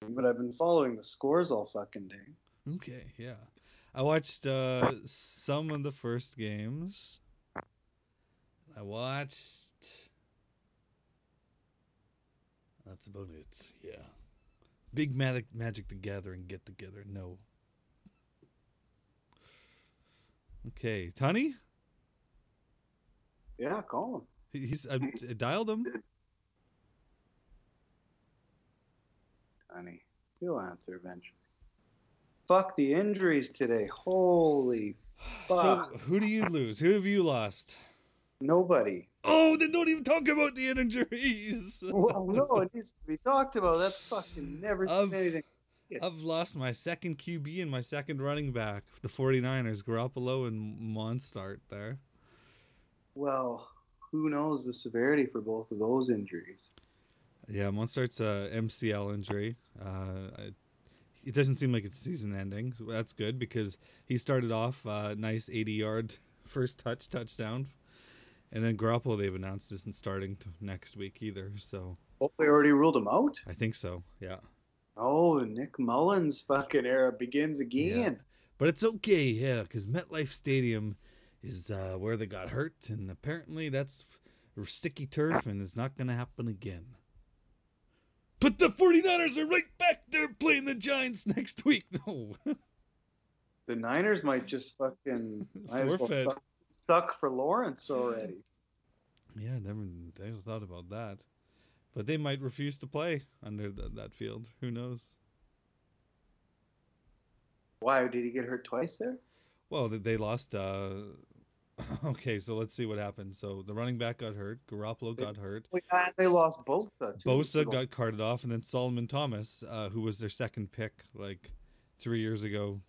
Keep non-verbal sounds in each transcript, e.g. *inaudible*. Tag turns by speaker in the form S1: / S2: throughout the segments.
S1: but I've been following the scores all fucking day.
S2: Okay, yeah. I watched uh, some of the first games. I watched. That's about it. Yeah. Big Magic, Magic the Gathering get together. No. Okay, Tony.
S1: Yeah, call him.
S2: He- He's I, I dialed him.
S1: Honey, he'll answer eventually. Fuck the injuries today. Holy
S2: So
S1: Fuck.
S2: who do you lose? Who have you lost?
S1: nobody.
S2: Oh, then don't even talk about the injuries.
S1: well, *laughs* no, it needs to be talked about. That's fucking never seen
S2: Of-
S1: anything.
S2: I've lost my second QB and my second running back. The 49ers, Garoppolo and Monstart there.
S1: Well, who knows the severity for both of those injuries?
S2: Yeah, Monstart's a MCL injury. Uh, I- it doesn't seem like it's season ending. So that's good because he started off uh, nice 80 yard *laughs* first touch touchdown. And then Garoppolo, they've announced, isn't starting t- next week either. So
S1: Oh, they already ruled him out.
S2: I think so. Yeah.
S1: Oh, the Nick Mullins fucking era begins again.
S2: But it's okay, yeah, because MetLife Stadium is uh, where they got hurt, and apparently that's sticky turf, and it's not going to happen again. But the 49ers are right back there playing the Giants *laughs* next week. No.
S1: The Niners might just fucking might as well
S2: Forfeit.
S1: suck, suck for Lawrence already.
S2: yeah, I never, never thought about that. But they might refuse to play under th that field. Who knows?
S1: Why did he get hurt twice there?
S2: Well, th- they lost. Uh... *laughs* okay, so let's see what happened. So the running back got hurt. Garoppolo got hurt.
S1: Wait, ah, They lost both.
S2: Bosa got carted off, and then Solomon Thomas, uh, who was their second pick like three years ago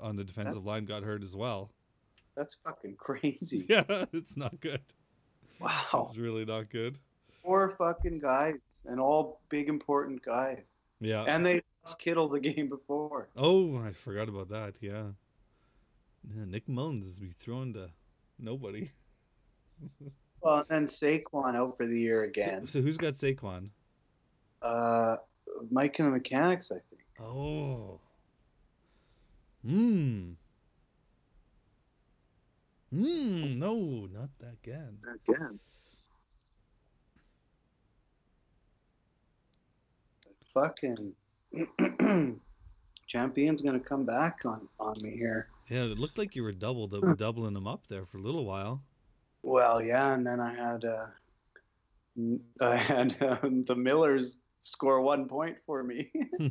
S2: on the defensive line, got hurt as well. *laughs*
S1: That's fucking crazy.
S2: Yeah, it's not good.
S1: Wow.
S2: It's really not good.
S1: Four fucking guys and all big important guys.
S2: Yeah.
S1: And they lost Kittle the *laughs* game before.
S2: oh, I forgot about that. Yeah. Yeah, Nick Mullins is be thrown to nobody.
S1: Well, and then Saquon out for the year
S2: So-
S1: again.
S2: So, who's got Saquon?
S1: Uh, Mike and the Mechanics, I think.
S2: Oh. Hmm. Hmm. No, not that again.
S1: Again. Fucking *clears throat* champion's gonna come back on on me here.
S2: Yeah, it looked like you were double dou- doubling them up there for a little while.
S1: Well, yeah, and then I had uh, n- *laughs* I had um, the Millers score one point for
S2: *laughs*
S1: me. *laughs*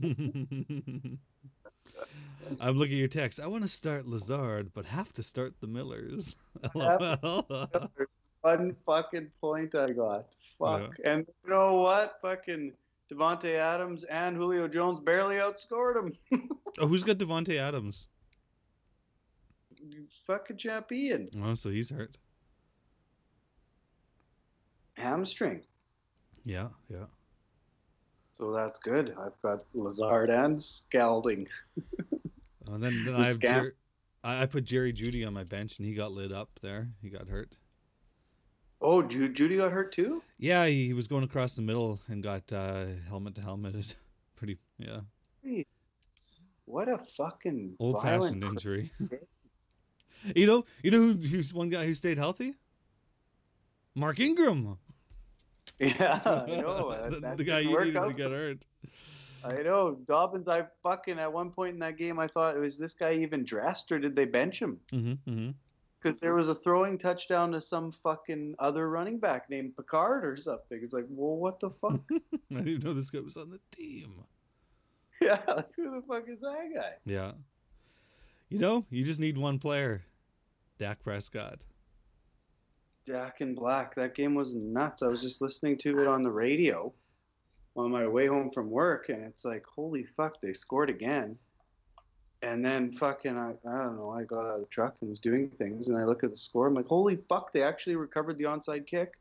S2: I'm looking at your text. I want to start Lazard, but have to start the Millers. *laughs* LOL.
S1: one fucking point I got. Fuck. And you know what? Fucking Devonte Adams and Julio Jones barely outscored him.
S2: *laughs* oh, who's got Devonte Adams?
S1: fucking champion.
S2: Oh, so he's hurt.
S1: Hamstring.
S2: Yeah, yeah.
S1: So that's good. I've got Lazard and Scalding.
S2: And then, then
S1: The
S2: I have
S1: scam.
S2: Jer- I, I put Jerry Judy on my bench, and he got lit up there. He got hurt.
S1: Oh, Ju- Judy got hurt too?
S2: Yeah, he, he was going across the middle and got uh, helmet *laughs* to helmeted. Pretty, yeah,
S1: What a fucking
S2: old
S1: violent
S2: fashioned injury. *laughs* you know, you know who, who's one guy who stayed healthy? Mark Ingram.
S1: *laughs* Yeah,
S2: *laughs*
S1: I know.
S2: the,
S1: That- that
S2: the guy
S1: didn't
S2: you
S1: work
S2: needed to
S1: out.
S2: get hurt.
S1: I know. Dobbins, I fucking, at one point in that game, I thought, was this guy even dressed or did they bench him?
S2: hmm hmm
S1: Because there was a throwing touchdown to some fucking other running back named Picard or something. It's like, well, what the fuck? *laughs*
S2: I didn't even know this guy was on the team.
S1: yeah, like, who the fuck is that guy?
S2: Yeah. You know, you just need one player. Dak Prescott.
S1: Jack and Black. That game was nuts. I was just listening to it on the radio on my way home from work, and it's like, holy fuck, they scored again. And then fucking, I, I don't know, I got out of the truck and was doing things, and I look at the score. I'm like, holy fuck, they actually recovered the onside kick.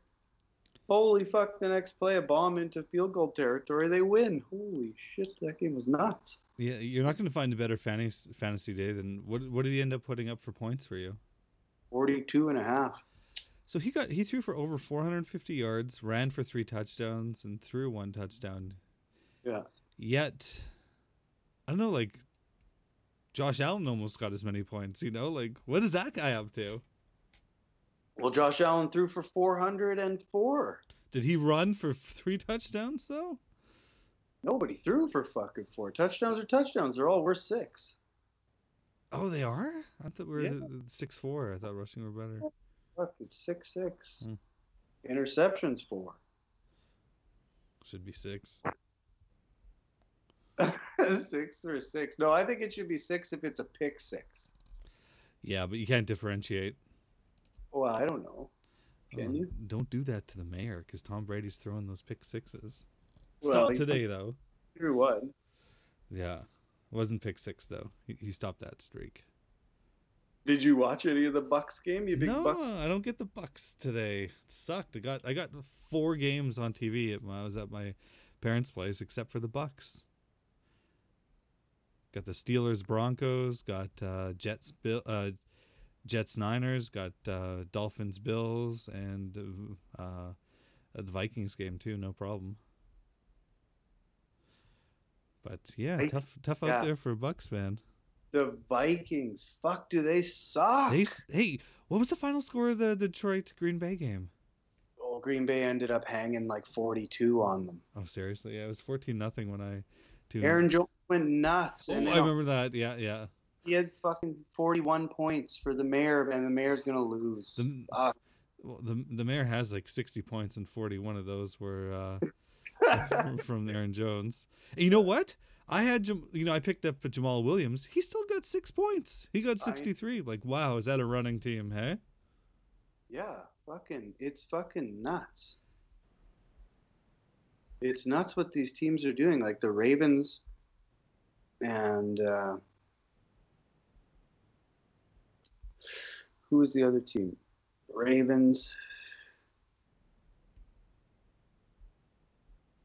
S1: Holy fuck, the next play, a bomb into field goal territory. They win. Holy shit, that game was nuts.
S2: Yeah, you're not going to find a better fantasy, fantasy day than what? What did he end up putting up for points for you?
S1: 42 and a half.
S2: So he got he threw for over 450 yards, ran for three touchdowns, and threw one touchdown.
S1: Yeah.
S2: Yet I don't know, like Josh Allen almost got as many points. You know, like what is that guy up to?
S1: Well, Josh Allen threw for 404.
S2: Did he run for three touchdowns though?
S1: Nobody threw for fucking four. Touchdowns are touchdowns. They're all worth six.
S2: Oh, they are. I thought we were
S1: Yeah.
S2: six four. I thought rushing were better.
S1: Fuck, it's six six.
S2: Hmm.
S1: Interceptions four. *laughs*
S2: Should be six.
S1: six or six. No, I think it should be six if it's a pick six.
S2: Yeah, but you can't differentiate. Um,
S1: Well, I don't know. Can you?
S2: Don't do that to the mayor because Tom Brady's throwing those pick sixes.
S1: Well,
S2: Stop
S1: he-
S2: today though.
S1: Through what?
S2: Yeah, it wasn't pick six though. He, he stopped that streak.
S1: Did you watch any of the Bucks game? You big
S2: no,
S1: Bucks.
S2: I don't get the Bucks today. It sucked. I got I got four games on TV at- when I was at my parents' place, except for the Bucks. Got the Steelers, Broncos. Got uh, Jets, Bill, uh, Jets, Niners. Got uh, Dolphins, Bills, and uh, uh, the Vikings game too. No problem. But yeah,
S1: Vikings,
S2: tough tough out
S1: yeah.
S2: there for Bucks man.
S1: The Vikings. Fuck, do they suck?
S2: They, s- hey, what was the final score of the Detroit Green Bay game?
S1: oh, Green Bay ended up hanging like 42 on them.
S2: Oh, seriously? Yeah, it was 14 nothing when I tuned.
S1: Aaron Jones went nuts,
S2: oh,
S1: and
S2: I
S1: then
S2: remember that. Yeah, yeah.
S1: he had fucking 41 points for the mayor, and the mayor's gonna lose.
S2: The,
S1: Fuck.
S2: well, the the mayor has like 60 points and 41 of those were
S1: *laughs*
S2: uh, *laughs* from Aaron Jones. And you know what? I had Jam- you know I picked up Jamal Williams. He still got 6 points. He
S1: I-
S2: got 63. Like, wow, is that a running team, hey?
S1: yeah, fucking, it's fucking nuts. It's nuts what these teams are doing. Like the Ravens, and uh, who was the other team? Ravens.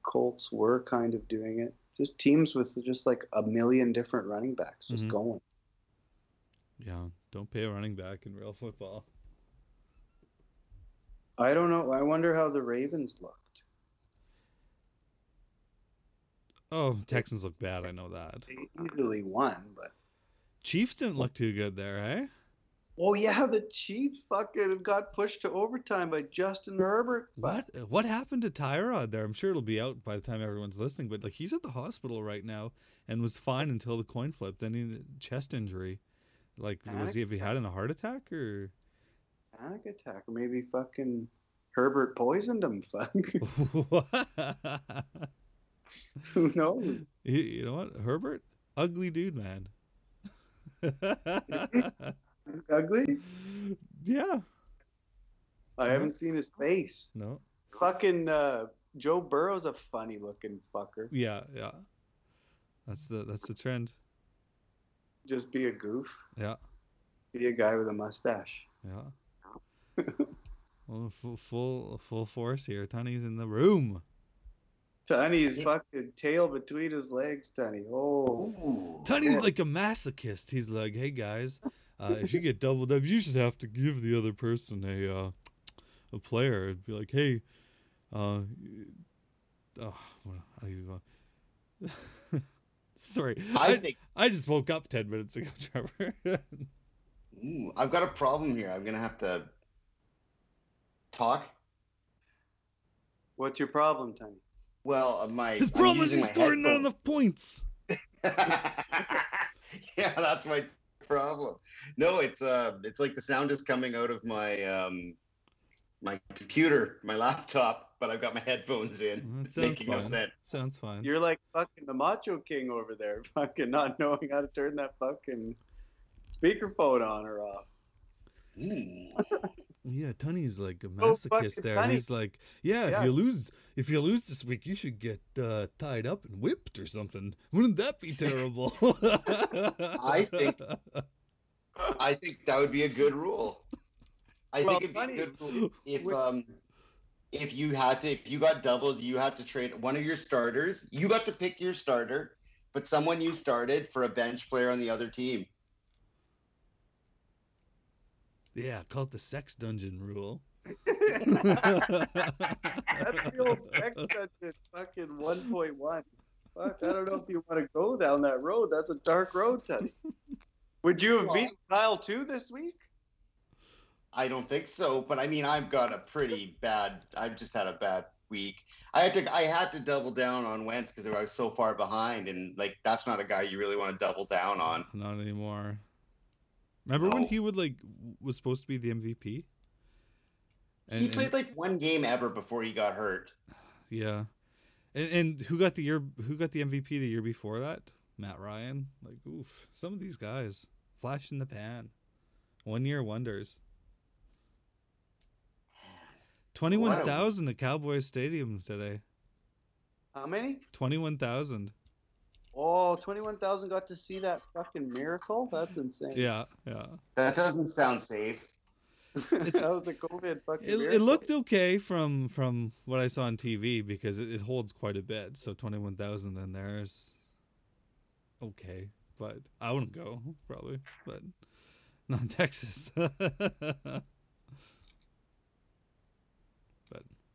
S1: Colts were kind of doing it. Just teams with just like a million different running backs just
S2: Mhm.
S1: going.
S2: Yeah, don't pay a running back in real football.
S1: I don't know. I wonder how the Ravens looked.
S2: Oh, Texans look bad. I know that.
S1: They easily won, but
S2: Chiefs didn't look too good there, eh?
S1: oh yeah, the Chiefs fucking got pushed to overtime by Justin Herbert.
S2: What uh, what happened to Tyrod there? I'm sure it'll be out by the time everyone's listening, but like he's at the hospital right now and was fine until the coin flip. Then he uh, chest injury. Like was he if he had in a heart attack or *laughs*
S1: Panic attack, or maybe fucking Herbert poisoned him. *laughs* Fuck, who knows?
S2: you, you know what? Herbert? Ugly dude, man. *laughs*
S1: Ugly.
S2: yeah.
S1: I haven't seen his face.
S2: No.
S1: Fucking uh, Joe Burrow's a funny looking fucker.
S2: Yeah, yeah. That's the that's the trend.
S1: Just be a goof.
S2: Yeah.
S1: Be a guy with a mustache.
S2: Yeah. well, full, full full force here. Tony's in the room.
S1: Tunny's fucking tail between his legs. Tunny. Oh.
S2: Tony's like a masochist. He's like, hey guys, uh, if you get doubled up, you should have to give the other person a uh, a player. It'd be like, hey, uh, oh, how do you? Uh, *laughs* sorry,
S3: I
S2: I,
S3: think
S2: I just woke up ten minutes ago, *laughs* Trevor.
S3: ooh, I've got a problem here. I'm gonna have to talk.
S1: What's your problem, Tunny?
S3: Well, uh, my
S2: His
S3: I'm
S2: problem is
S3: using
S2: he's
S3: my
S2: scoring not
S3: headphone.
S2: enough points.
S3: *laughs* yeah, that's my problem. No, it's uh, it's like the sound is coming out of my um, my computer, my laptop, but I've got my headphones in.
S2: Mm, it
S3: It's
S2: sounds
S3: making no
S2: fine.
S3: sense.
S2: Sounds fine.
S1: You're like fucking the Macho King over there, *laughs* fucking not knowing how to turn that fucking speakerphone on or off. *laughs*
S3: Ooh.
S2: Yeah, Tony's like a
S1: Oh, fuck,
S2: masochist
S1: it's
S2: there.
S1: Tony.
S2: He's like, yeah, if
S1: Yeah.
S2: you lose, if you lose this week, you should get uh, tied up and whipped or something. Wouldn't that be terrible? I
S3: think- I think that would be a good rule. I
S1: Well,
S3: think it'd be
S1: funny-
S3: a good rule if um, if you had to, if you got doubled, you had to trade one of your starters. You got to pick your starter, but someone you started for a bench player on the other team.
S2: *laughs* yeah, call it the sex
S1: *laughs*
S2: dungeon rule. *laughs*
S1: That's
S2: That's
S1: the old sex dungeon, fucking 1.1. Fuck, I don't know if you want to go down that road. That's a dark road, Teddy. Would you have beaten Kyle too this week?
S3: I don't think so, but I mean, I've got a pretty bad. I've just had a bad week. I had to I had to double down on Wentz because I was so far behind, and like that's not a guy you really want to double down on.
S2: Not anymore. Remember when
S3: No.
S2: he would like was supposed to be the MVP?
S3: he
S2: And-
S3: played like one game ever before he got hurt.
S2: Yeah. And, and who got the year? Who got the MVP the year before that? Matt Ryan. Like, oof. Some of these guys, flash in the pan, one year wonders. Twenty-one thousand at Cowboys Stadium today.
S1: How many?
S2: Twenty-one thousand.
S1: Oh, 21,000 got to see that fucking miracle? That's insane.
S2: Yeah, yeah.
S3: That doesn't sound safe.
S1: *laughs* that was a COVID fucking
S2: It,
S1: miracle.
S2: it looked okay from from what I saw on TV because it, it holds quite a bit. So twenty-one thousand in there is okay, but I wouldn't go probably, but not in *laughs* Texas.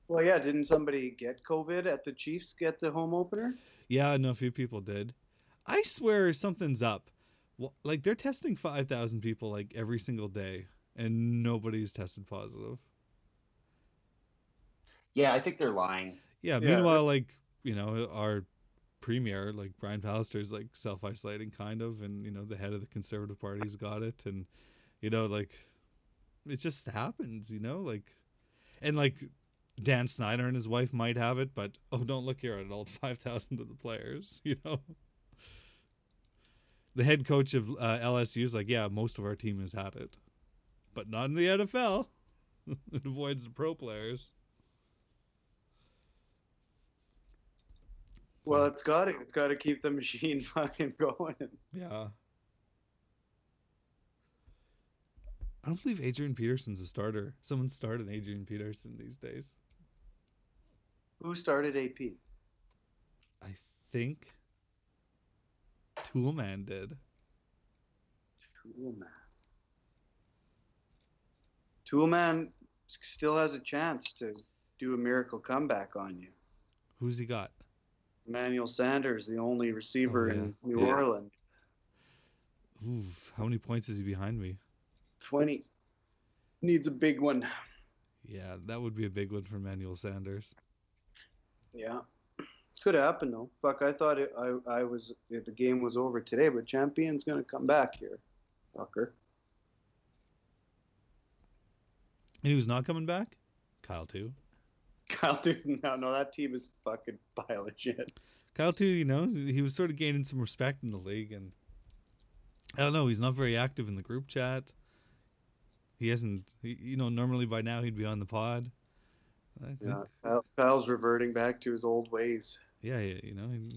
S1: Well, yeah, didn't somebody get COVID at the Chiefs get the home opener?
S2: Yeah, I know a few people did. I swear something's up. Wh- Like they're testing five thousand people like every single day, and nobody's tested positive.
S3: Yeah, I think they're lying.
S2: Yeah.
S1: Yeah.
S2: Meanwhile, like you know, our premier, like Brian Pallister's like self isolating kind of, and you know, the head of the Conservative Party's got it, and you know, like it just happens, you know, like and like Dan Snyder and his wife might have it, but oh, don't look here at all five thousand of the *laughs* players, *laughs* you know. The head coach of uh, LSU is like, yeah, most of our team has had it, but not in the NFL. *laughs* it avoids the pro players.
S1: Well, it's got to it's got to keep the *laughs* machine fucking going.
S2: Yeah. I don't believe Adrian Peterson's a starter. Someone started Adrian Peterson these days.
S1: Who started AP?
S2: I think Toolman did.
S1: Toolman. Toolman still has a chance to do a miracle comeback on you.
S2: Who's he got?
S1: Emmanuel Sanders, the only receiver
S2: Oh, yeah.
S1: in New
S3: Yeah.
S1: Orleans.
S2: Oof, how many points is he behind me?
S1: 20. Needs a big one.
S2: Yeah, that would be a big one for Manuel Sanders.
S1: Yeah. Could happen, though. Fuck, I thought it, I, I was the game was over today, but Champion's going to come back here. Fucker. *laughs*
S2: And who's not coming back? Kyle too.
S1: Kyle Dude, no, no, that team is fucking pile of shit.
S2: Kyle too, you know, he was sort of gaining some respect in the league and I don't know, he's not very active in the group chat. He hasn't he, you know, normally by now he'd be on the pod. I think
S1: Yeah. Kyle- Kyle's reverting back to his old ways.
S2: yeah, yeah, you know, and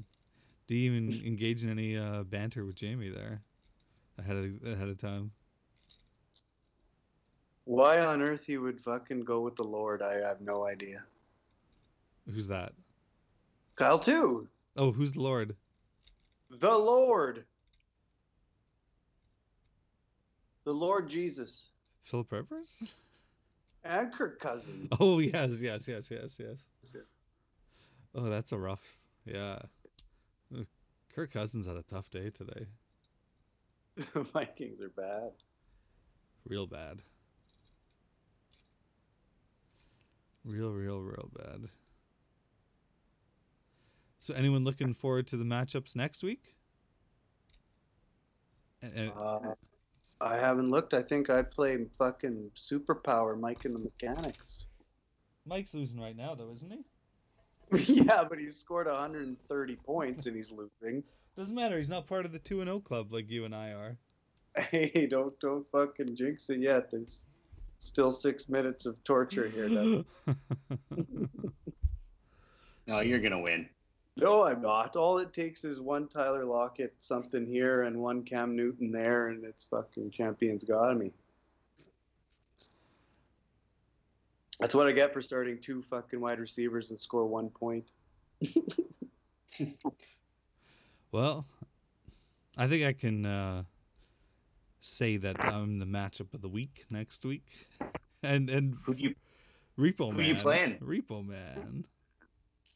S2: did even engage in any uh, banter with Jamie there ahead of ahead of time.
S1: Why on earth he would fucking go with the Lord, I have no idea.
S2: Who's that?
S1: Kyle, too.
S2: Oh, who's the Lord?
S1: The Lord. The Lord Jesus.
S2: Philip Rivers? *laughs*
S1: And Kirk Cousins.
S2: Oh yes, yes, yes, yes, yes.
S1: Yeah.
S2: Oh, that's a rough. Yeah. Ugh, Kirk Cousins had a tough day today.
S1: *laughs* The Vikings are bad.
S2: Real bad. Real, real, real bad. So, anyone looking forward to the matchups next week? And, and-
S1: Uh, I haven't looked. I think I play fucking superpower Mike and the Mechanics. *laughs*
S2: Mike's losing right now, though, isn't he?
S1: yeah, but he scored 130 points and he's losing.
S2: Doesn't matter. He's not part of the two and O club like you and I are.
S1: Hey, don't don't fucking jinx it yet. There's still six minutes of torture here.
S2: *laughs*
S1: Doug.
S3: No, you're gonna win.
S1: no, I'm not. All it takes is one Tyler Lockett something here and one Cam Newton there, and it's fucking champions got me. That's what I get for starting two fucking wide receivers and score one point.
S2: well, I think I can uh, say that I'm the matchup of the week next week, and and
S3: Who do you
S2: Repo
S3: Who
S2: Man.
S3: you playing?
S2: Repo Man.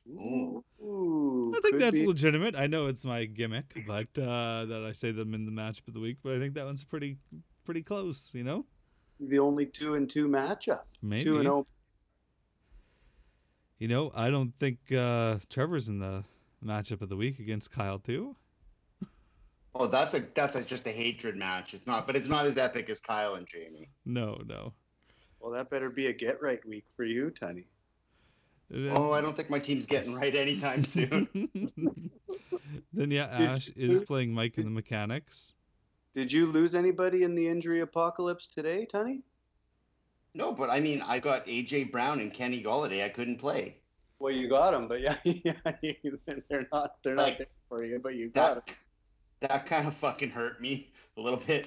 S3: Ooh.
S1: Ooh,
S2: I think
S1: could
S2: that's
S1: be.
S2: legitimate. I know it's my gimmick, but uh, that I say them in the matchup of the week. But I think that one's pretty pretty close. You know,
S1: the only two and two matchup.
S2: maybe
S1: Two and oh.
S2: you know I don't think uh, Trevor's in the matchup of the week against Kyle too.
S3: Oh, that's a that's a, just a hatred match. It's not, but it's not as epic as Kyle and Jamie.
S2: No,
S1: *laughs*
S2: no.
S1: Well, that better be a get right week for you, Tony.
S2: Then-
S3: Oh, I don't think my team's getting right
S2: *laughs*
S3: anytime soon.
S2: then yeah, Ash is playing Mike and the Mechanics.
S1: Did you lose anybody in the injury apocalypse today, Tony?
S3: no, but I mean, I got AJ Brown and Kenny Galladay. I couldn't play.
S1: Well, you got them, but yeah, *laughs* yeah, they're not they're not
S3: Like,
S1: there for you, but you got them.
S3: That that kind of fucking hurt me a little bit.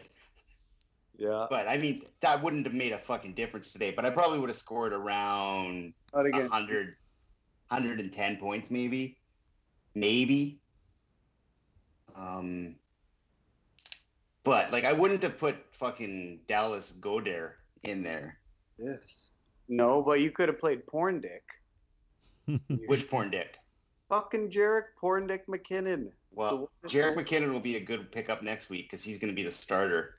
S1: Yeah,
S3: But I mean, that wouldn't have made a fucking difference today. But I probably would have scored around
S1: not again.
S3: 100, 110 points, maybe, maybe. Um, but like, I wouldn't have put fucking Dallas Godare in there.
S1: Yes. No, but you could have played Porn Dick.
S3: Which porn dick?
S1: Fucking Jarek Porn Dick McKinnon.
S3: Well, Jarek McKinnon will be a good pickup next week because he's going to be the starter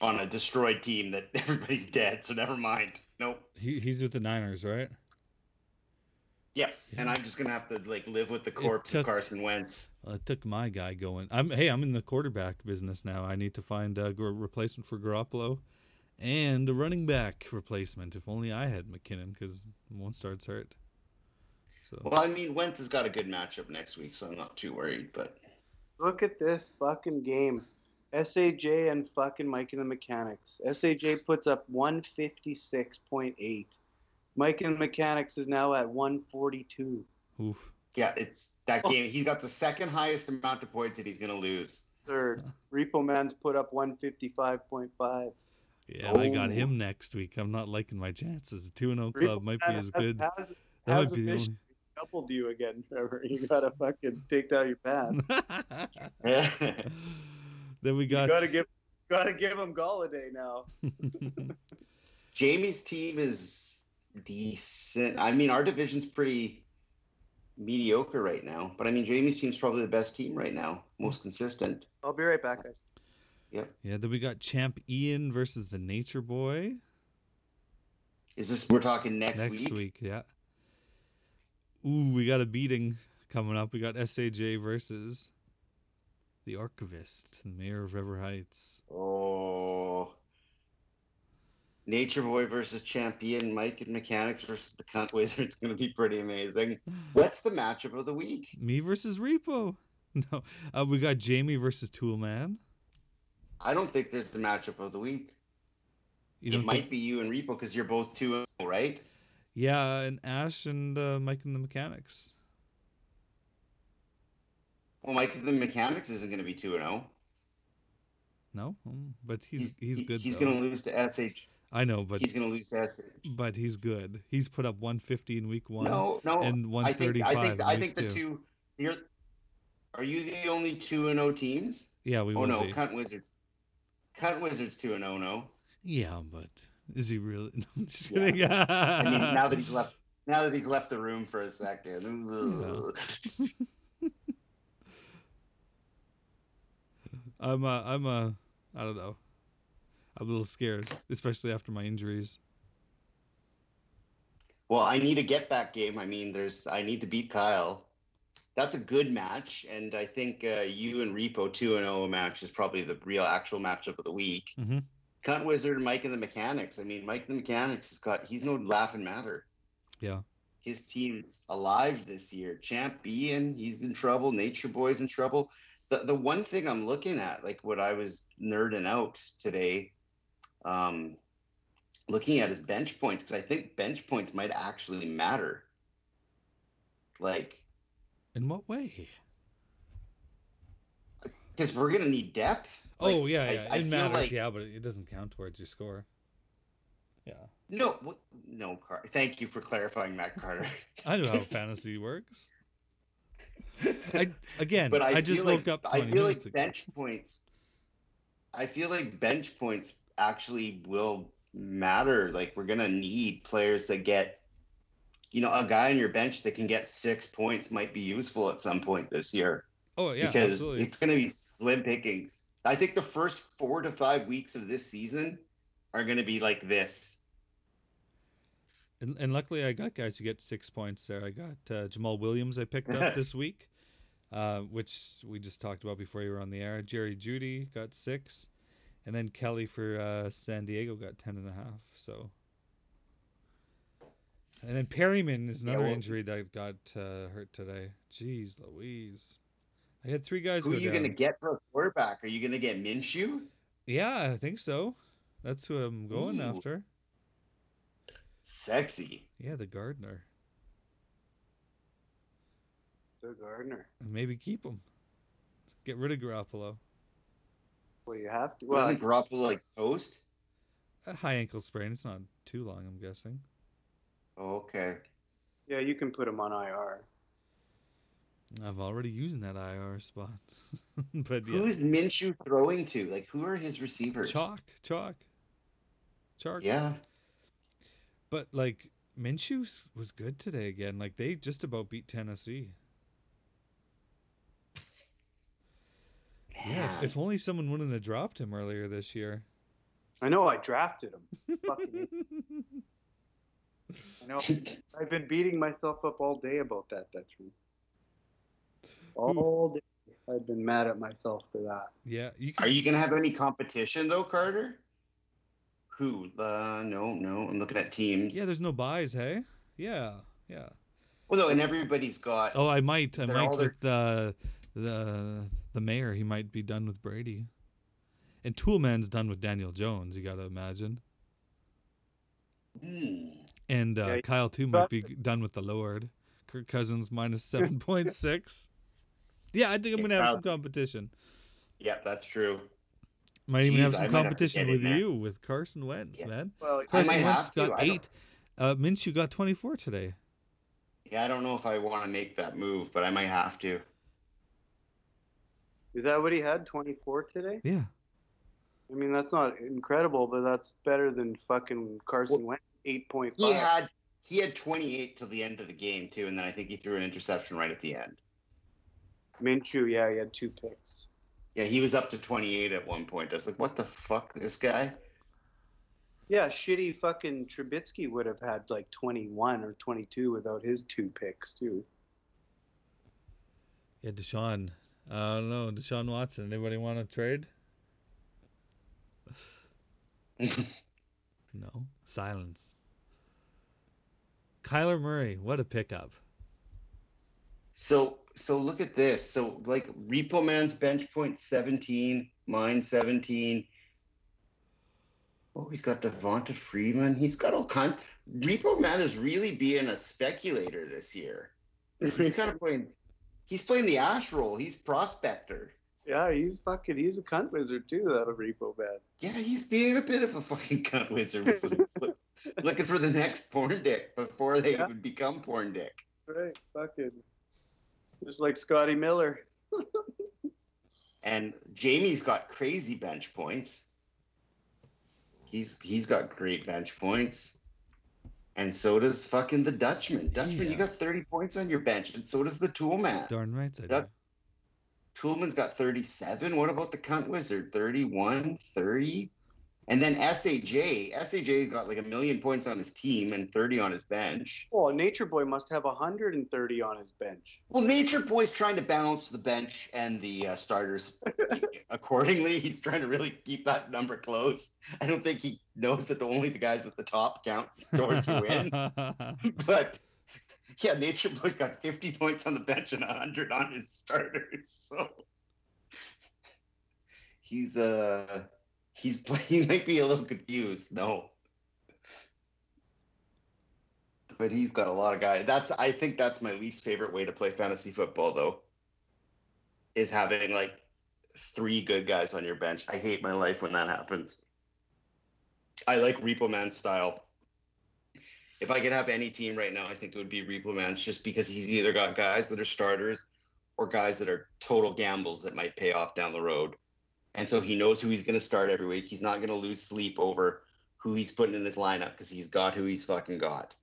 S3: on a destroyed team that *laughs* everybody's dead. So never mind. Nope.
S2: He, he's with the Niners, right?
S3: Yeah, and I'm just gonna have to like live with the corpse
S2: took-
S3: of Carson Wentz.
S2: Well, it uh, took my guy going. I'm hey, I'm in the quarterback business now. I need to find a gr- replacement for Garoppolo, and a running back replacement. If only I had McKinnon, because one starts hurt. So
S3: Well, I mean, Wentz has got a good matchup next week, so I'm not too worried. But
S1: Look at this fucking game. Saj and fucking Mike and the Mechanics. Saj puts up 156.8. Mike and the Mechanics is now at 142.
S2: oof.
S3: yeah, it's that game. He's got the second highest amount of points that he's gonna lose.
S2: *laughs*
S1: Third, Repo Man's put up 155.5.
S2: Yeah, I got
S3: Oh.
S2: him next week. I'm not liking my chances. A two and zero
S1: Repo
S2: club might be
S1: Man
S2: as
S1: has-
S2: good.
S1: Has,
S2: That
S1: has
S2: might be the
S1: officially doubled you again, Trevor. You gotta fucking take down your
S2: *laughs*
S1: pass.
S2: only.
S3: yeah,
S2: then we
S1: You
S2: got.
S1: gotta give, gotta give him Galladay now.
S3: Jamie's team is decent. I mean, our division's pretty mediocre right now, but I mean, Jamie's team's probably the best team right now, most consistent.
S1: I'll be right back, guys.
S2: *laughs* yeah, then we got Champ Ian versus the Nature Boy
S3: Is this we're talking next,
S2: next week. Yeah. Ooh, we got a beating coming up. We got Saj versus the Archivist, the Mayor of River Heights.
S3: Oh. Nature Boy versus Champion, Mike and Mechanics versus the Cunt Wizard. It's going to be pretty amazing. What's the matchup of the week?
S2: Me versus Repo. *laughs* No, uh, we got Jamie versus Toolman.
S3: I don't think there's the matchup of the week.
S2: You
S3: it
S2: don't
S3: might
S2: think-
S3: be you and Repo because you're both 2 0, right?
S2: Yeah, and Ash and uh, Mike and the Mechanics.
S3: Well, Mike and the Mechanics isn't going to be 2 0.
S2: No, Mm, but he's he's, good.
S3: He's
S2: though.
S3: going to lose to SH.
S2: I know, but
S3: he's going to lose to SH.
S2: but he's good. He's put up 150 in week one
S3: No, no.
S2: and
S3: I think,
S2: 135
S3: I think,
S2: in
S3: I
S2: week
S3: think
S2: two.
S3: the two. You're, are you the only 2 0 teams?
S2: Yeah, we
S3: Oh,
S2: will
S3: no.
S2: be.
S3: Cunt Wizards. Cunt Wizards 2 0, no.
S2: Yeah, but is he really? *laughs* No, I'm just
S3: Yeah.
S2: kidding.
S3: I
S2: *laughs*
S3: mean, now that he's left, now that he's left the room for a second. ugh.
S2: I'm uh, I'm uh, I don't know. I'm a little scared, especially after my injuries.
S3: Well, I need a get back game. I mean, there's, I need to beat Kyle. That's a good match, and I think uh, you and Repo two and zero match is probably the real actual matchup of the week.
S2: Mhm.
S3: Cunt Wizard, Mike and the Mechanics. I mean, Mike and the Mechanics has got he's no laughing matter.
S2: Yeah.
S3: his team's alive this year. Champ Ian, he's in trouble. Nature Boy's in trouble. The the one thing I'm looking at, like what I was nerding out today, um, looking at is bench points because I think bench points might actually matter. Like,
S2: In what way?
S3: because we're gonna need depth. Like,
S2: oh yeah,
S3: I-
S2: yeah.
S3: I
S2: it
S3: feel
S2: matters.
S3: like-
S2: Yeah, but it doesn't count towards your score. Yeah,
S3: No, w- no, Carter. Thank you for clarifying that, Carter. *laughs*
S2: I know how fantasy works. I, again,
S3: but I,
S2: I, just
S3: feel
S2: woke
S3: like,
S2: up. 20
S3: I feel
S2: minutes
S3: like
S2: ago.
S3: bench points. I feel like bench points actually will matter. Like we're gonna need players that get you know, a guy on your bench that can get six points might be useful at some point this year
S2: Oh yeah,
S3: because
S2: absolutely.
S3: it's going to be slim pickings. I think the first four to five weeks of this season are going to be like this.
S2: And, and luckily, I got guys who get six points there. I got uh, Jamal Williams. I picked
S3: *laughs*
S2: up this week, uh, which we just talked about before you were on the air. Jerry Judy got six, and then Kelly for uh, San Diego got ten and a half. So, and then Perryman is
S3: Yeah,
S2: another
S3: well-
S2: injury that got uh, hurt today. Jeez, Louise! I had three guys
S3: Who
S2: go
S3: are you
S2: down.
S3: going to get for a quarterback? Are you going to get Minshew?
S2: Yeah, I think so. That's who I'm going
S3: Ooh.
S2: after.
S3: Sexy.
S2: Yeah, the gardener.
S1: The Gardner.
S2: Maybe keep him. Get rid of Garoppolo.
S1: Well, you have to.
S3: Well,
S1: Well,
S3: Isn't Garoppolo like toast?
S2: A high ankle sprain. It's not too long, I'm guessing.
S3: Okay.
S1: yeah, you can put him on IR.
S2: I've already used that IR spot. *laughs* but yeah,
S3: Who's Minshew throwing to? Like, who are his receivers?
S2: chalk, chalk, chalk.
S3: Yeah.
S2: But like Minshew s- was good today again. Like they just about beat Tennessee. Yeah. If,
S3: Man.
S2: if only someone wouldn't have dropped him earlier this year.
S1: I know I drafted him. Fucking, I *laughs* know. I've been beating myself up all day about that. That's true. All day, I've been mad at myself for that.
S2: yeah, you
S3: *laughs* Are
S2: can.
S3: you going to have any competition though, Carter? Who? Uh, no, no. I'm looking at teams.
S2: Yeah, there's no buys, hey? Yeah, yeah.
S3: well, no, and everybody's got.
S2: Oh, I might. I
S3: They're
S2: might
S3: all their-
S2: with uh, the the mayor. He might be done with Brady, and Toolman's done with Daniel Jones. You got to imagine.
S3: Hmm.
S2: And uh,
S1: Yeah, you-
S2: Kyle too might be done with the Lord. Kirk Cousins minus
S3: *laughs*
S2: seven point six. Yeah, I think I'm
S3: Yeah,
S2: gonna have some
S3: probably.
S2: competition.
S3: Yep, that's true.
S2: Might even have
S3: Jeez,
S2: some
S3: I might have to
S2: competition
S3: get in
S2: with
S3: there.
S2: you with Carson Wentz,
S3: Yeah.
S2: man.
S1: Well,
S3: I might
S2: Carson Wentz
S3: have to,
S2: got
S3: I don't-
S2: eight. Uh, Minshew got twenty four today.
S3: Yeah, I don't know if I want to make that move, but I might have to.
S1: is that what he had? 24 today?
S2: Yeah,
S1: I mean, that's not incredible, but that's better than fucking Carson Wentz 8.5.
S3: He had he had 28 till the end of the game too, and then I think he threw an interception right at the end.
S1: Minshew, yeah, he had two picks.
S3: Yeah, he was up to 28 at one point. I was like, what the fuck, this guy? *laughs*
S1: Yeah, shitty fucking Trubisky would have had like 21 or 22 without his two picks too.
S2: yeah. Deshaun. I don't know Deshaun Watson. Anybody want to trade? No. Silence. Kyler Murray, what a pickup.
S3: So so look at this. So like Repo Man's bench point 17, mine 17. Oh, he's got Devonta Freeman. He's got all kinds. Repo Man is really being a speculator this year. He's kind of playing. He's playing the ash role. He's prospector.
S1: Yeah, he's fucking he's a cunt wizard too, that repo man.
S3: Yeah, he's being a bit of a fucking cunt wizard. with some- looking for the next porn dick before they
S1: Yeah.
S3: even become porn dick.
S1: Right, fucking just like Scotty Miller.
S3: And Jamie's got crazy bench points. He's he's got great bench points. And so does fucking the Dutchman. Dutchman,
S2: Yeah.
S3: you got 30 points on your bench, and so does the Toolman.
S2: Darn right I
S3: Yep.
S2: did.
S3: Toolman's got 37. What about the cunt wizard? 31, 30. And then SAJ. SAJ got like a million points on his team and 30 on his bench.
S1: Oh, Nature Boy must have 130 on his bench.
S3: Well, Nature Boy's trying to balance the bench and the uh, starters accordingly. He's trying to really keep that number close. I don't think he knows that the only the guys at the top count towards you win.
S2: *laughs*
S3: *laughs* But yeah, Nature Boy's got 50 points on the bench and 100 on his starters. So he's uh he's *laughs* playing. He might be a little confused. No. But he's got a lot of guys. That's I think that's my least favorite way to play fantasy football though. Is having like three good guys on your bench. I hate my life when that happens. I like Repo Man style if I could have any team right now, I think it would be Repo Man's just because he's either got guys that are starters or guys that are total gambles that might pay off down the road. And so he knows who he's going to start every week. He's not going to lose sleep over who he's putting in his lineup because he's got who he's fucking got.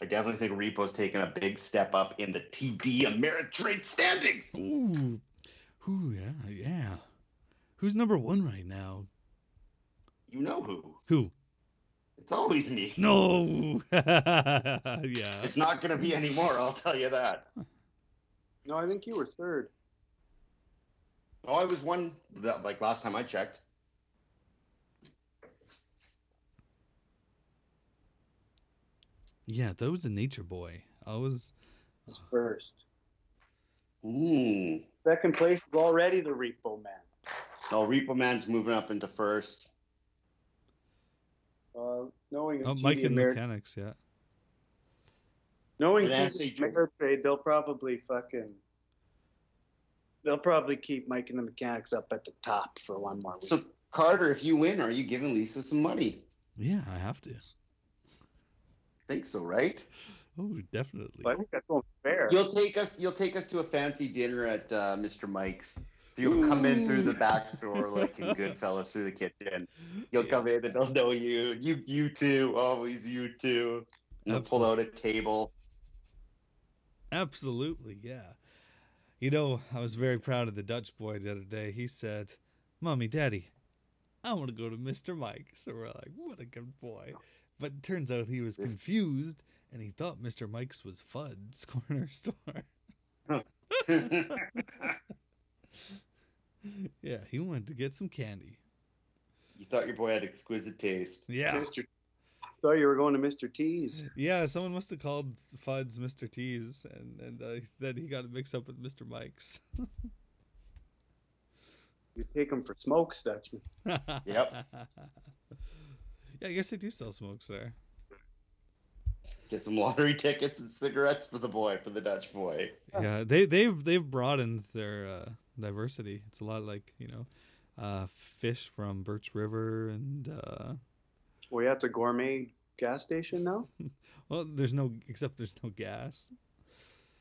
S3: I definitely think Repo's taken a big step up in the TD Ameritrade standings.
S2: Ooh, ooh, yeah, yeah. Who's number one right now?
S3: You know who?
S2: Who?
S3: It's always me.
S2: No. *laughs* yeah.
S3: It's not going to be anymore, I'll tell you that.
S1: No, I think you were third.
S3: Oh, I was one, that- like last time I checked.
S2: Yeah, that was a nature boy. I was.
S1: It was first.
S3: Mm.
S1: Second place is already the Repo Man.
S3: Oh, Repo Man's moving up into first.
S1: Uh, knowing
S2: Oh,
S1: TD
S2: Mike and
S1: Ameri-
S2: Mechanics, yeah.
S1: Knowing
S3: And
S1: TD
S3: that's a joke.
S1: Ameritrade, they'll probably fucking. They'll probably keep Mike and the Mechanics up at the top for one more week.
S3: So, Carter, if you win, are you giving Lisa some money?
S2: Yeah, I have to.
S3: think so, right?
S2: Oh, definitely.
S1: but I think that's only fair.
S3: You'll take us. You'll take us to a fancy dinner at uh, Mr. Mike's. So you'll come in through the back door like in Goodfellas through the kitchen. You'll come in and they'll know you. You, you too. Always you too. And they'll pull out a table. *laughs*
S2: Absolutely, yeah. You know, I was very proud of the Dutch boy the other day. He said, Mommy, Daddy, I want to go to Mr. Mike. So we're like, What a good boy. But it turns out he was
S3: This-
S2: confused and he thought Mr. Mike's was Fudd's *laughs* corner store.
S3: you
S2: yeah, he wanted to get some candy.
S3: thought your boy had exquisite taste.
S2: Yeah.
S1: Mr. So you were going to Mr. T's.
S2: Yeah, someone must have called Fudd's Mr. T's and, and uh, then he got it mixed up with Mr. Mike's. *laughs*
S1: You take them for smokes, Dutchman.
S3: Yep.
S2: yeah, I guess they do sell smokes there.
S3: Get some lottery *laughs* tickets and cigarettes for the boy, for the Dutch boy.
S1: Yeah.
S2: Yeah, they they've they've broadened their uh, diversity. It's a lot like you know, uh, fish from Birch River and uh,
S1: Well, yeah, it's a gourmet gas station now.
S2: well, there's no except there's no gas.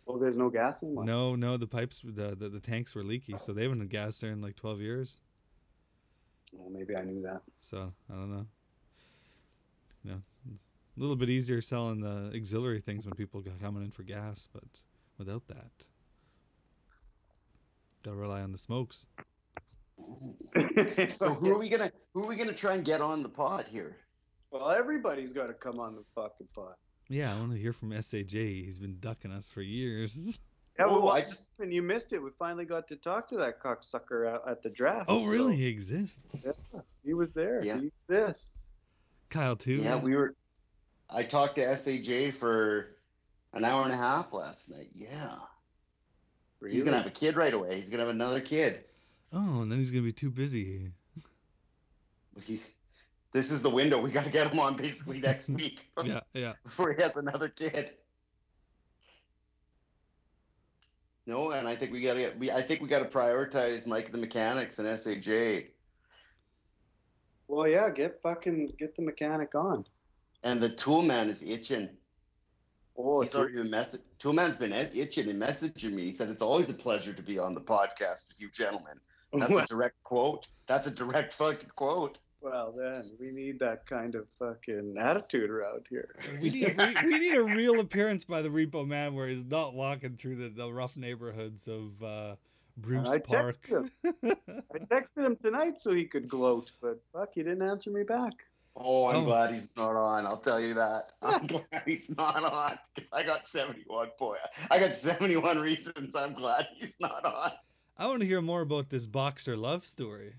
S1: Well, there's no gas anymore.
S2: No, no, the pipes the the, the tanks were leaky, so they haven't had gas there in like 12 years.
S1: Well, maybe I knew that.
S2: So I don't know. You know, it's a little bit easier selling the auxiliary things when people are coming in for gas, but without that, gotta rely on the smokes.
S3: *laughs*
S1: *laughs*
S3: So who are we gonna who are we gonna try and get on the pod here?
S1: well, everybody's got to come on the fucking pot.
S2: Yeah, I want to hear from Saj. He's been ducking us
S1: *laughs*
S2: for years. *laughs*
S1: Yeah,
S3: Oh,
S1: well,
S3: I
S1: I
S3: just-
S1: and you missed it. We finally got to talk to that cocksucker at, at the draft.
S2: Oh,
S1: so
S2: really? He exists.
S1: Yeah. he was there.
S3: Yeah.
S1: He exists.
S2: Kyle too.
S3: Yeah, we were. I talked to Saj for an hour and a half last night. Yeah, he's gonna have a kid right away. He's gonna have another kid.
S2: Oh, and then he's gonna be
S1: *laughs*
S2: too busy.
S3: He's. This is the window. We gotta get him on basically next week *laughs*
S2: Yeah,
S1: *laughs*
S2: yeah.
S3: before he has another kid. No, and I think we gotta get. We, I think we gotta prioritize Mike the mechanics and Saj
S1: Well, yeah, get fucking get the mechanic on.
S3: and the tool man is itching.
S1: Oh,
S3: He's already been message. Toolman's been et- itching and messaging me. He said it's always a pleasure to be on the podcast with you gentlemen. That's *laughs* a direct quote. That's a direct fucking quote.
S1: well, then we need that kind of fucking attitude around here.
S2: We need, we, we need a real appearance by the Repo Man where he's not walking through the, the rough neighborhoods of uh, Bruce
S1: I
S2: Park. *laughs*
S1: texted him. I texted him tonight so he could gloat, but fuck, he didn't answer me back.
S3: Oh, I'm
S2: Oh.
S3: glad he's not on. I'll tell you that. *laughs* I'm glad he's not on because I got 71 boy. I got 71 reasons. I'm glad he's not on.
S2: I want to hear more about this boxer love story.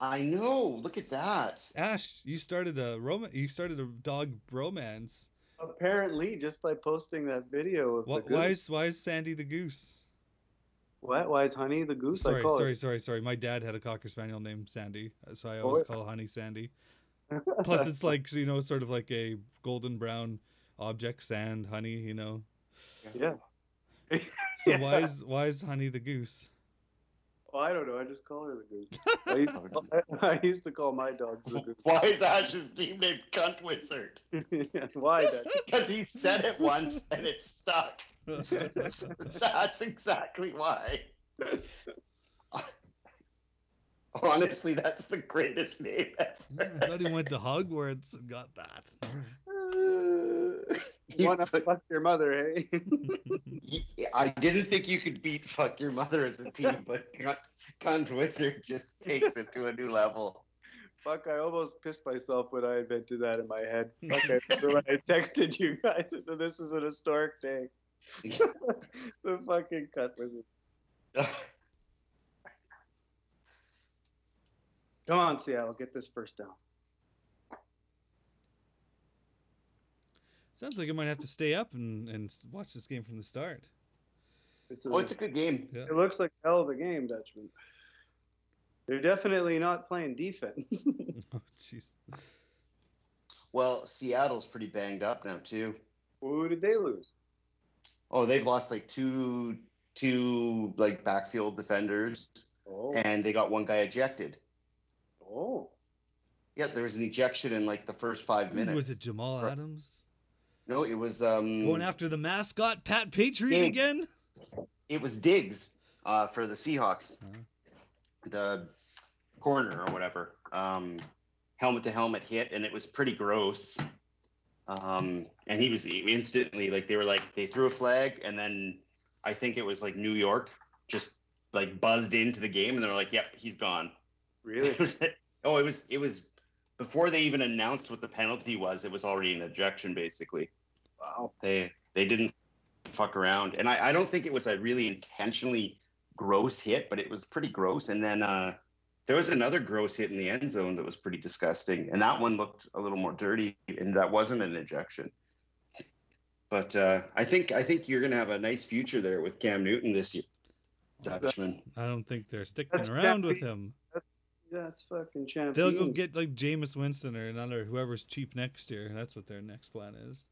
S3: I know. Look at that.
S2: Ash, you started a rom- You started a dog bromance.
S1: Apparently, just by posting that video of
S2: Why,
S1: the goose.
S2: why is why is Sandy the goose?
S1: What? Why is Honey the goose? I
S2: Sorry,
S1: call
S2: sorry,
S1: it.
S2: sorry, sorry. My dad had a cocker spaniel named Sandy, uh, so I always
S1: yeah.
S2: call
S1: *laughs*
S2: Honey Sandy. Plus, it's like you know, sort of like a golden brown object, sand, honey. You know.
S1: Yeah.
S2: So why is why is Honey the goose?
S1: *laughs* Well, Oh, I don't know. I just call her the goose. I used, to call, *laughs* I used to call my dogs the
S3: *laughs* Why is Ash's team named Cunt Wizard?
S1: goose. *laughs* why? That?
S3: *laughs* Because he said it once and it stuck. *laughs* That's exactly why. Honestly, that's the greatest name
S2: *laughs* I thought he went to Hogwarts and got that.
S3: ever.
S1: One up fuck your mother, hey?
S3: Yeah, I didn't think you could beat fuck your mother as a team, but Con- Con Wizard just takes it to a new level.
S1: fuck, I almost pissed myself when I invented that in my head. Fuck, I remember when I texted you guys and said this is an historic day. the fucking cut wizard.
S3: Oh,
S1: Come on, Seattle, get this first down.
S2: Sounds like I might have to stay up and, and watch this game from the start.
S1: It's a,
S3: oh, it's a good game.
S2: Yeah.
S1: it looks like a hell of a game, Dutchman. They're definitely not playing defense. *laughs*
S2: *laughs* Oh, jeez.
S3: Well, Seattle's pretty banged up now too.
S1: Who did they lose?
S3: Oh, they've lost like two two like backfield defenders,
S1: Oh,
S3: and they got one guy ejected.
S1: oh,
S3: Yeah, there was an ejection in like the first five minutes.
S2: Was it Jamal
S3: Right.
S2: Adams?
S3: No, it was um.
S2: Going after the mascot, Pat Patriot,
S3: Diggs.
S2: again?
S3: It was Diggs uh, for the Seahawks,
S2: Uh-huh.
S3: the corner or whatever. Um, helmet to helmet hit, and it was pretty gross. Um, and he was instantly like they were like they threw a flag, and then I think it was like New York just like buzzed into the game, and they were like, "Yep, he's gone." *laughs*
S1: really?
S3: oh, it was it was before they even announced what the penalty was. It was already an ejection, basically
S1: wow.
S3: they they didn't fuck around and I, I don't think it was a really intentionally gross hit but it was pretty gross and then uh there was another gross hit in the end zone that was pretty disgusting and that one looked a little more dirty and that wasn't an ejection but uh i think i think you're gonna have a nice future there with cam newton this year dutchman
S2: I don't think they're sticking
S1: That's
S2: around with
S1: Pat
S2: him.
S1: That's fucking champion.
S2: They'll go get like Jameis Winston or another whoever's cheap next year. That's what their next plan is.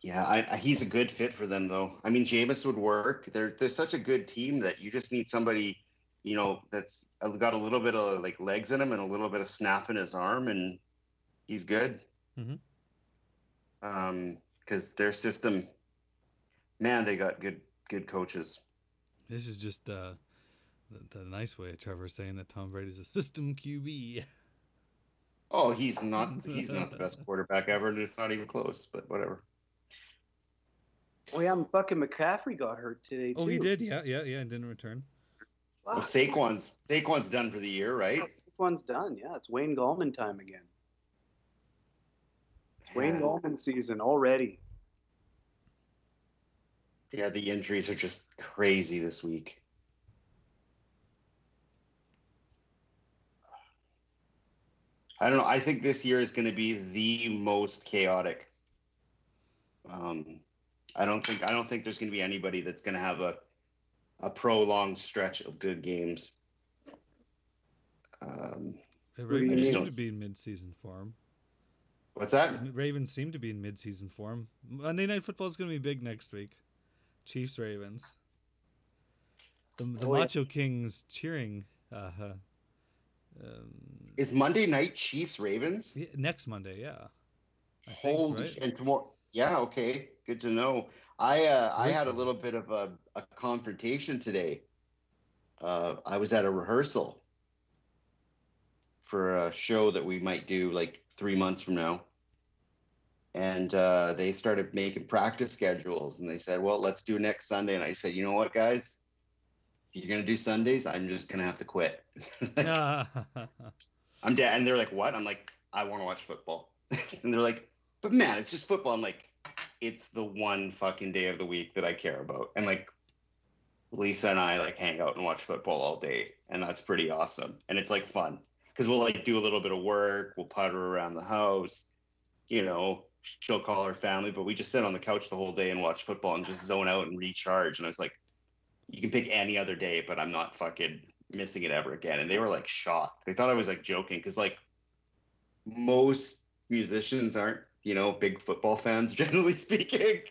S3: yeah I, I, he's a good fit for them though i mean Jameis would work they're they're such a good team that you just need somebody you know, that's uh, got a little bit of like legs in him and a little bit of snap in his arm, and he's good.
S2: Mhm.
S3: Um, because their system, man, they got good good coaches.
S2: This is just uh, the, the nice way of Trevor saying that Tom Brady's a system QB.
S3: Oh, he's not he's not the best quarterback ever, and it's not even close. But whatever.
S1: Oh yeah, and fucking McCaffrey got hurt today too.
S2: Oh, he did. Yeah, yeah, yeah. And didn't return.
S3: Well,
S1: Fuck,
S3: Saquon's Saquon's done for the year, right?
S1: this one's done. Yeah, it's Wayne Gallman time again. It's Wayne
S3: Yeah.
S1: Gallman season already.
S3: Yeah, the injuries are just crazy this week. I don't know. I think this year is going to be the most chaotic. Um, I don't think I don't think there's going to be anybody that's going to have a a prolonged stretch of good games. Um,
S2: The
S1: do you
S2: Ravens
S3: mean?
S2: seem to be in mid-season form.
S3: what's that?
S2: Ravens seem to be in mid-season form. Monday Night Football is going to be big next week. Chiefs Ravens. The, the
S3: Oh, yeah.
S2: Macho Kings cheering. Uh, huh. um,
S3: Is Monday night Chiefs Ravens?
S2: yeah, next Monday, yeah. I think,
S3: Holy
S2: right?
S3: sh- and tomorrow. Yeah, okay, good to know. I uh, I had a
S2: Wisdom.
S3: little bit of a, a confrontation today. Uh, I was at a rehearsal for a show that we might do like three months from now, and uh, they started making practice schedules, and they said, "Well, let's do next Sunday." And I said, "You know what, guys? If you're gonna do Sundays, I'm just gonna have to quit.
S2: *laughs*
S3: I'm dead." And they're like, "What?" I'm like, "I want to watch football." *laughs* and they're like, but man, it's just football. I'm like, it's the one fucking day of the week that I care about. And like, Lisa and I like hang out and watch football all day, and that's pretty awesome. And it's like fun because we'll like do a little bit of work, we'll putter around the house, you know. She'll call her family, but we just sit on the couch the whole day and watch football and just zone out and recharge. And I was like, you can pick any other day, but I'm not fucking missing it ever again. And they were like shocked. They thought I was like joking because like most musicians aren't, you know, big football fans, *laughs* generally speaking.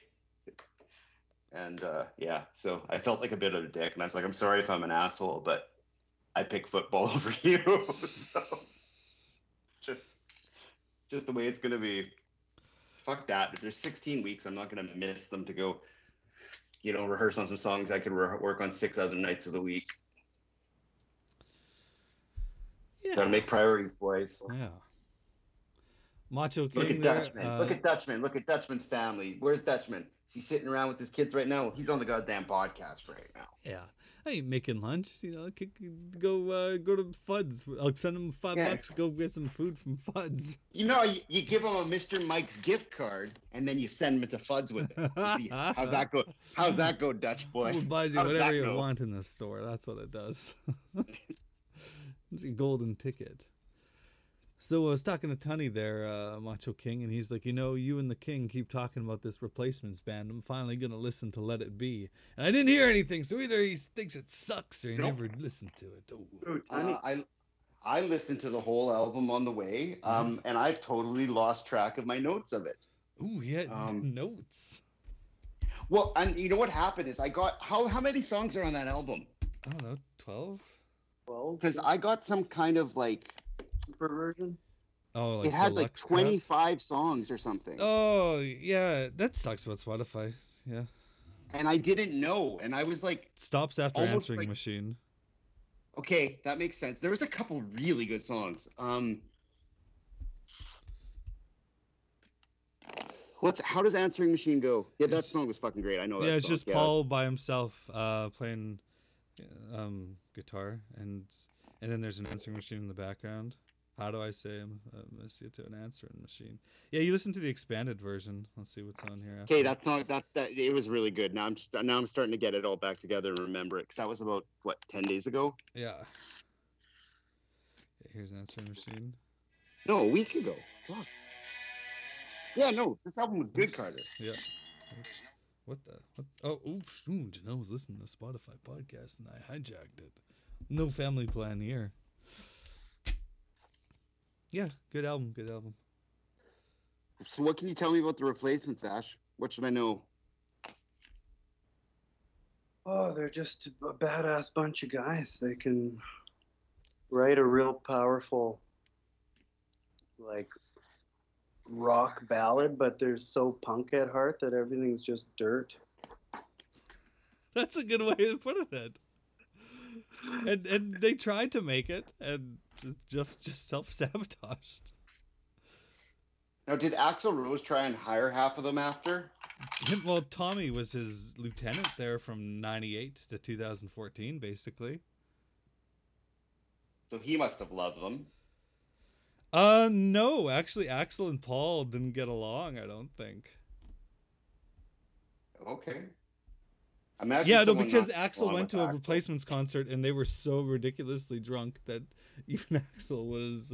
S3: And uh, yeah, so I felt like a bit of a dick, and I was like, I'm sorry if I'm an asshole, but I pick football *laughs* over you. so it's just, just the way it's gonna be. Fuck that. If there's 16 weeks, I'm not gonna miss them to go, you know, rehearse on some songs. I could re- work on six other nights of the week.
S2: yeah.
S3: Gotta make priorities, boys.
S2: Yeah. Macho King.
S3: Look at
S2: there,
S3: Dutchman.
S2: uh,
S3: Look at Dutchman. Look at Dutchman's family. Where's Dutchman? Is he sitting around with his kids right now? He's on the goddamn podcast right now.
S2: Yeah, I ain't making lunch. You know, kick, go uh, go to Fuds. I'll send him five
S3: Yeah.
S2: bucks. Go get some food from Fuds.
S3: You know, you, you give him a Mr. Mike's gift card, and then you send him to Fuds with it. You
S2: *laughs*
S3: see, how's that go? How's that go, Dutch boy?
S2: Well, it buys you
S3: How does
S2: whatever
S3: that
S2: you
S3: go?
S2: want in the store. That's what it does. *laughs* it's a golden ticket. So I was talking to Tunny there, uh, Macho King, and he's like, you know, you and the King keep talking about this replacements band. I'm finally gonna listen to Let It Be, and I didn't hear anything. So either he thinks it sucks or he
S3: Nope.
S2: never listened to it. Oh.
S1: Ooh, Tony.
S3: Uh, I I listened to the whole album on the way,
S2: Mm-hmm.
S3: um, and I've totally lost track of my notes of it.
S2: Ooh, he had *laughs*
S3: Um,
S2: notes.
S3: Well, and you know what happened is I got how how many songs are on that album?
S2: I don't know, twelve.
S1: Well,
S3: Because I got some kind of like
S1: super version.
S2: Oh, like
S3: it had like
S2: deluxe cut?
S3: 25 songs or something,
S2: Oh yeah, that sucks about Spotify. Yeah,
S3: and I didn't know, and I was like,
S2: stops after
S3: Almost
S2: answering
S3: like-
S2: machine.
S3: okay, that makes sense. There was a couple really good songs. Um, what's how does Answering Machine go? Yeah, that
S2: It's-
S3: song was fucking great. I know.
S2: yeah,
S3: that
S2: it's
S3: song.
S2: just Paul by himself uh, playing um, guitar, and and then there's an answering machine in the background. How do I say I'm- I miss you to an answering machine? Yeah, you listen to the expanded version. Let's see what's on here.
S3: Okay,
S2: after.
S3: that song that that it was really good. Now I'm st- now I'm starting to get it all back together and remember it because that was about what ten days ago.
S2: yeah. Yeah, Here's an answering machine.
S3: No, a week ago. Fuck. Yeah, no, this album was good,
S2: Oops.
S3: Carter.
S2: Yeah. Oops. What the? What, oh, oops. Ooh, Janelle was listening to Spotify podcast and I hijacked it. No family plan here. Yeah, good album. Good album.
S3: So what can you tell me about the replacements, Ash? What should I know?
S1: Oh, they're just a badass bunch of guys. They can write a real powerful, like, rock ballad, but they're so punk at heart that everything's just dirt.
S2: That's a good way to put it. And and they tried to make it and just just self sabotaged.
S3: Now, did Axel Rose try and hire half of them after?
S2: Well, Tommy was his lieutenant there from '98 to 2014, basically.
S3: So he must have loved them.
S2: Uh, no, actually, Axel and Paul didn't get along. I don't think.
S3: Okay. Imagine
S2: yeah, no,
S3: someone
S2: because
S3: not
S2: Axel
S3: along
S2: went
S3: with
S2: to a
S3: Axl.
S2: replacements concert and they were so ridiculously drunk that even *laughs* Axel was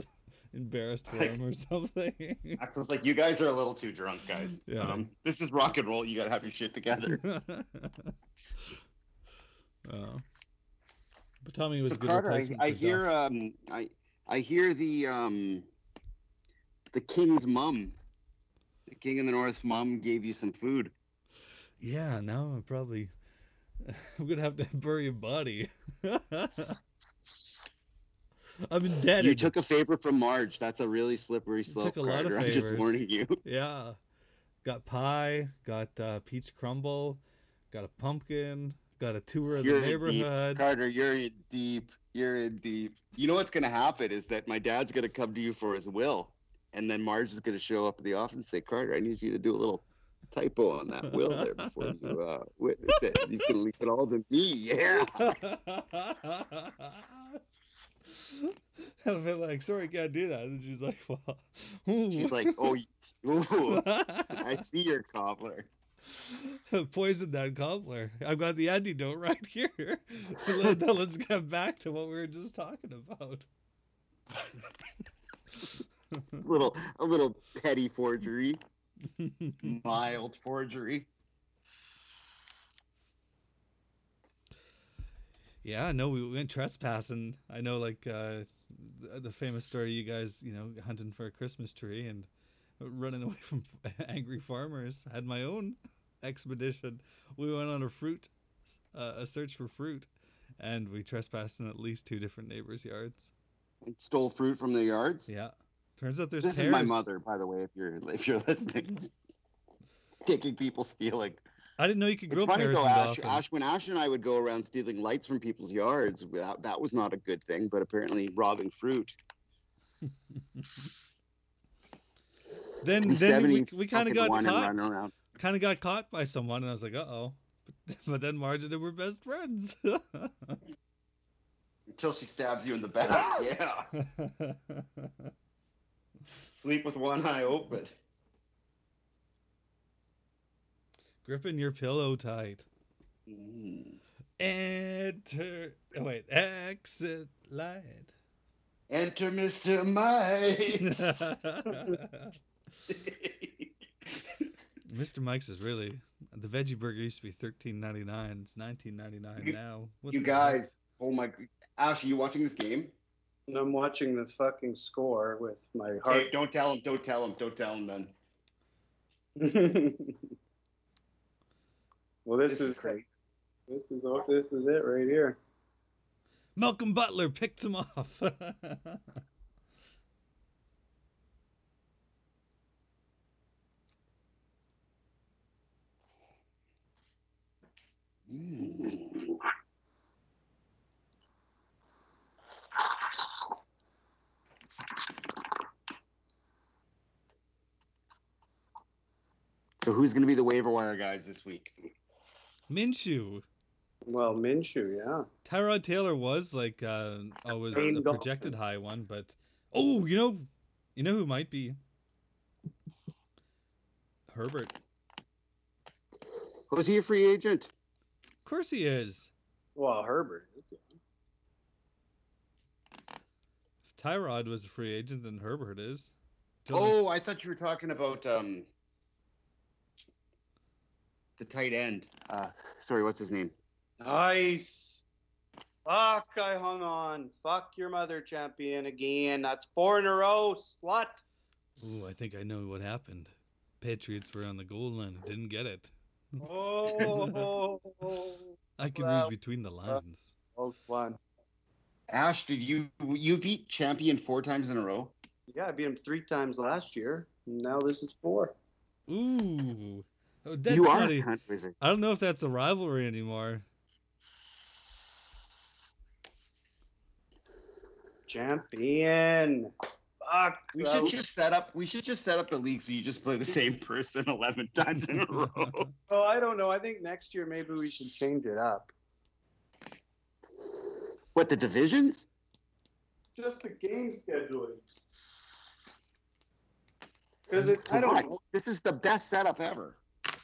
S2: embarrassed for him or something.
S3: Axel's like, you guys are a little too drunk, guys.
S2: Yeah.
S3: Um, this is rock and roll. You gotta have your shit together.
S2: Oh. But Tommy was
S3: so
S2: a good
S3: Carter, I,
S2: replacement
S3: I
S2: for
S3: hear
S2: Duff.
S3: um, I I hear the um, the king's mum, the king of the north mum gave you some food.
S2: Yeah, now I'm probably *laughs* I'm gonna have to *laughs* bury a body. *laughs* I'm indebted.
S3: You took a favor from Marge. That's a really slippery slope,
S2: took a lot of
S3: Carter. I'm just
S2: favors. *laughs*
S3: warning you.
S2: Yeah. Got pie, got uh, peach crumble, got a pumpkin, got a tour of
S3: You're
S2: the
S3: in deep,
S2: neighborhood.
S3: Carter, you're in deep. You're in deep. You know what's gonna happen is that my dad's gonna come to you for his will, and then Marge is gonna show up at the office and say, Carter, I need you to do a little typo on that will there before
S2: *laughs*
S3: you uh, witness it. And he's gonna leave it all to me.
S2: *laughs*
S3: *laughs* Yeah.
S2: I've been like, sorry, can't do that. And she's like, well, ooh. *laughs*
S3: She's like, oh, you- ooh, I see your cobbler.
S2: *laughs* poisoned that cobbler. I've got the antidote right here. *laughs* Let- now let's get back to what we were just talking
S3: *laughs*
S2: about. *laughs*
S3: Little, a little petty forgery,
S2: Mm-hmm.
S3: mild forgery.
S2: yeah, no, we went trespassing. I know, like uh, the, the famous story, you guys, you know, hunting for a Christmas tree and running away from *laughs* angry farmers. Had my own expedition. We went on a fruit, uh, a search for fruit, and we trespassed in at least two different neighbors' yards.
S3: And stole fruit from their yards.
S2: Yeah, turns out there's
S3: this
S2: pears.
S3: is my mother, by the way. If you're if you're
S2: *laughs*
S3: listening, taking people stealing.
S2: I didn't know you could
S3: It's
S2: grow
S3: funny
S2: pears
S3: though,
S2: in
S3: Ash.
S2: Dauphin.
S3: Ash, when Ash and I would go around stealing lights from people's yards, without that was not a good thing. But apparently, robbing fruit.
S4: And
S2: Then then we,
S4: 70
S2: we kind
S4: fucking
S2: of got
S4: one and
S2: caught,
S4: running around.
S2: kind of got caught by someone, and I was like, uh oh. But, *laughs* but then Marge and I were best friends. *laughs*
S3: Until she stabs you in
S2: *laughs*
S3: the back. yeah. Sleep with one eye open.
S2: Gripping your pillow tight.
S3: Mm.
S2: Enter. Oh wait, exit light. *laughs*
S3: Enter
S2: *laughs*
S3: Mr. Mike.
S2: Mr. Mike's is really the veggie burger used to be thirteen ninety nine. It's nineteen ninety nine
S3: You-
S2: now. What
S3: you
S2: the hell?
S3: guys, oh my. Ash, are you watching this game?
S1: And I'm watching the fucking score with my *laughs*
S3: Hey,
S1: heart.
S3: don't tell him. Don't tell him. Don't tell him then.
S1: well, this,
S3: This
S1: is
S3: is great.
S1: This is all- this is it right here.
S2: Malcolm Butler picked him off. *laughs*
S3: Mm.
S4: So who's going to be the waiver
S3: Waiver
S4: wire?
S3: wire guys this week.
S2: Minshew.
S1: Well, Minshew, yeah.
S2: Tyrod Taylor was like uh, always a
S1: Aimed off
S2: projected
S1: his-
S2: high one, but oh, you know, you know who might be Herbert.
S4: Was he a free agent?
S2: Of course he is.
S1: Well, Herbert.
S2: If Tyrod was a free agent, then Herbert is.
S3: Oh, I thought you were talking about um the tight end.
S4: Uh, sorry, what's his name?
S1: Nice. Fuck, I hung on. Fuck your mother, champion, again. That's four in a row, *laughs* slut.
S2: Ooh, I think I know what happened. Patriots were on the goal line, and didn't get it.
S1: Oh,
S2: I can
S1: Well,
S2: read between the lines.
S1: oh, fun.
S3: Ash, did you you beat champion four times in a row?
S1: Yeah, I beat him three times last year. and Now this is four.
S2: Ooh, oh, that's
S4: you are
S2: not
S4: a
S2: a,
S4: cunt wizard.
S2: I don't know if that's a rivalry anymore.
S1: Champion. Fuck.
S3: We
S1: that
S3: should
S1: was-
S3: just set up. We should just set up a league so you just play the same person *laughs* eleven times in a row.
S1: Oh, I don't know. I think next year maybe we should change it up.
S4: What, the divisions?
S1: Just the game scheduling. Because it, I
S4: What?
S1: don't know.
S4: This is the best setup ever.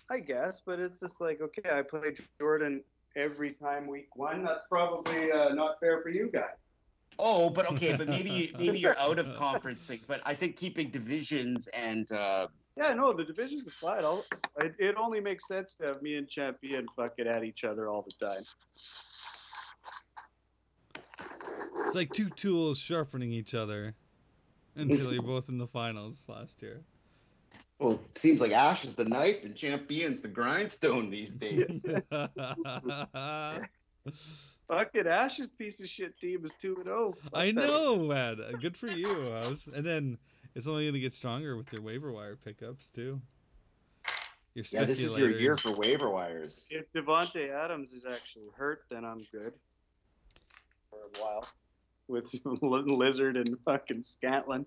S1: I guess, but it's just like, okay, I play Jordan every time week one. That's probably uh, not fair for you guys.
S3: Oh, but okay, but maybe maybe you're out of conference things. But I think keeping divisions and uh,
S1: Yeah, no, the division's applied. I'll, it, it only makes sense to have me and Champion fucking at each other all the time.
S2: It's like two tools sharpening each other until you're both in the finals last year.
S3: well, it seems like Ash is the knife and champions the
S2: *laughs*
S3: grindstone these days.
S1: Fucking Ash's piece of shit team is oh. 2 0.
S3: *laughs*
S2: I know, man. Uh, Good for you. I was, and then it's only going to get stronger with your waiver wire pickups too. Your
S3: Yeah, this is your year
S2: speculators.
S3: for waiver wires.
S1: If Devonte Adams is actually hurt, then I'm good for a while with *laughs* Lizard and fucking Scantlin.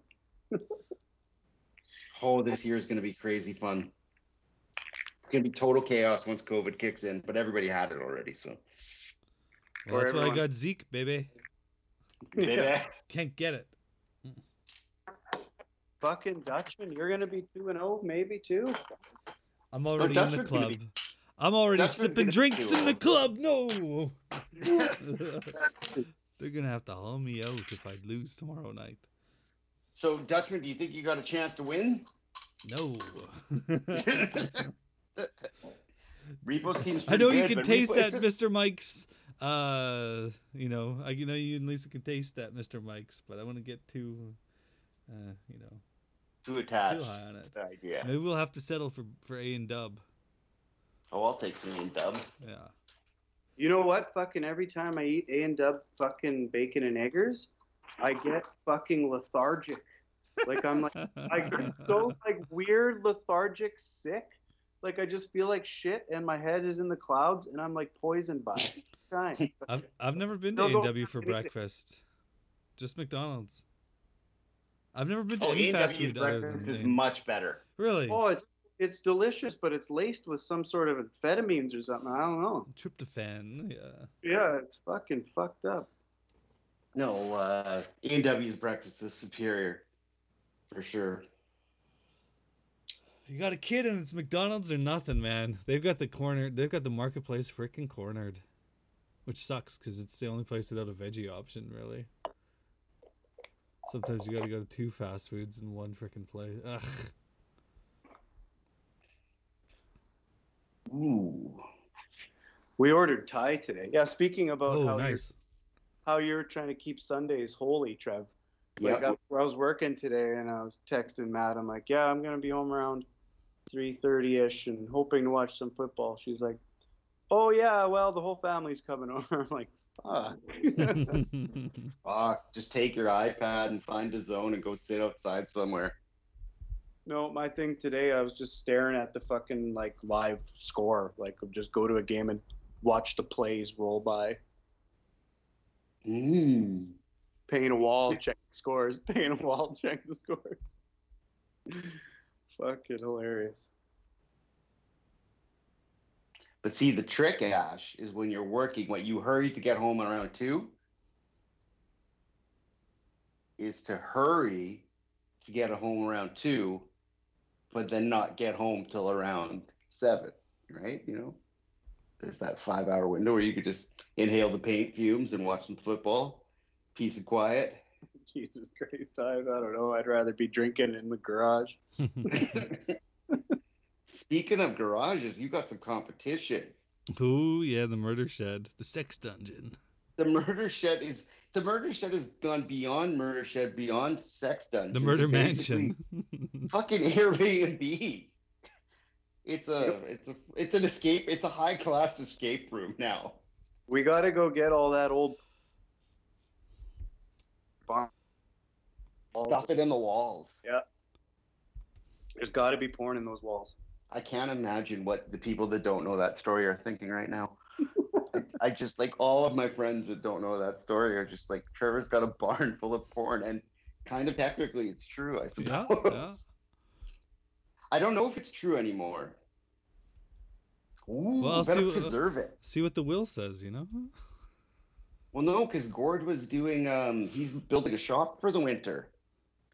S3: Oh, this year is going to be crazy fun. It's going to be total chaos once COVID kicks in, but everybody had it
S2: *laughs*
S3: already, so.
S2: Well,
S1: for
S2: that's why I
S1: everyone.
S2: got Zeke, baby.
S1: Yeah.
S2: Can't get it.
S1: Fucking Dutchman, you're gonna be two and zero, maybe two.
S2: I'm already in the
S3: Dutchman's gonna
S2: club.
S3: be-
S2: I'm already
S3: Dutchman's
S2: sipping
S3: gonna
S2: drinks
S3: be
S2: in the
S3: too
S2: club.
S3: *laughs*
S2: No. *laughs*
S3: Baby.
S2: They're going to have to haul me out if I lose tomorrow night.
S3: so, Dutchman, do you think you got a chance
S2: *laughs*
S3: to win? *laughs*
S2: No.
S3: Repo's team's
S2: I know
S3: pretty
S2: you
S3: good,
S2: can
S3: but
S2: taste
S3: Repo-
S2: that,
S3: it's just-
S2: Mr. Mike's. Uh, you know, I you know you and Lisa can taste that, Mr. Mike's, but I want to get too, uh, you know,
S3: Too
S2: too
S3: attached.
S2: high on it.
S3: Good idea.
S2: Maybe we'll have to settle for for A and Dub.
S3: Oh, I'll take some in dub.
S2: Yeah.
S1: You know what? Fucking every time I eat A and W fucking bacon and eggers, I get fucking lethargic. Like I'm like I get
S2: *laughs*
S1: so like weird lethargic sick. Like I just feel like shit, and my head is in the clouds, and I'm like poisoned by it.
S2: *laughs*
S1: Every time.
S2: I've I've never been to
S1: No,
S2: A
S1: no,
S2: and W for
S1: anything.
S2: breakfast. Just McDonald's. I've never been to
S3: Oh,
S2: any fast
S3: AW's
S2: food other than
S3: breakfast is
S2: Maine.
S3: much better.
S2: Really?
S1: Oh, it's it's delicious, but it's laced with some sort of amphetamines or something. I don't know.
S2: Tryptophan. Yeah.
S1: Yeah, it's fucking fucked up.
S3: No, uh, A&W's breakfast is superior, for sure.
S2: You got a kid and it's McDonald's or nothing, man. They've got the corner. They've got the marketplace freaking cornered, which sucks because it's the only place without a veggie option, really. Sometimes you got to go to two fast foods in one freaking place. Ugh.
S3: Ooh.
S1: We ordered Thai today. Yeah, speaking about
S2: Oh,
S1: how
S2: nice.
S1: you're how you're trying to keep Sundays holy, Trev. Like
S3: Yeah.
S1: I, I was working today and I was texting Matt. I'm like, yeah, I'm gonna be home around 3:30 ish and hoping to watch some football. She's like, oh yeah, well the whole family's coming *laughs* over. I'm like, fuck.
S2: *laughs*
S1: *laughs*
S3: *laughs* Fuck. Just take your iPad and find a zone and go sit outside somewhere.
S1: No, my thing today, I was just staring at the fucking like live score. Like, just go to a game and watch the plays roll by.
S3: Mm.
S1: Paint a wall, check the scores. *laughs* Paint a wall, check the scores. *laughs* fucking hilarious.
S3: But see, the trick, Ash, is when you're working, what you hurry to get home around two is to hurry to get home around two, but then not get home till around seven, right? You know, there's that five hour window where you could just inhale the paint fumes and watch some football, peace and quiet. *laughs*
S1: *laughs* Jesus Christ, I, I don't know. I'd rather be drinking in the garage.
S3: Speaking of garages, you got some competition.
S2: Ooh, yeah, the murder shed, the sex dungeon.
S3: The murder shed is the murder shed has gone beyond murder shed, beyond sex dungeon.
S2: The murder
S3: to basically
S2: mansion.
S3: Fucking Airbnb. It's a it's a it's an escape. It's a high class escape room now.
S1: We got to go get all that old. Bon-
S3: Stuff it in the walls.
S1: There's got to be porn in those walls.
S3: I can't imagine what the people that don't know that story are thinking right now. I, I just like all of my friends that don't know that story are just like Trevor's got a barn full of porn, and kind of technically it's true, I
S2: Yeah,
S3: suppose.
S2: yeah.
S3: I don't know if it's true anymore. Ooh,
S2: Well, I'll
S3: better
S2: see uh, what-
S3: preserve it.
S2: *laughs* See what the will says, you know?
S3: Well, no, because Gord was doing. Um, he's building a shop for the winter,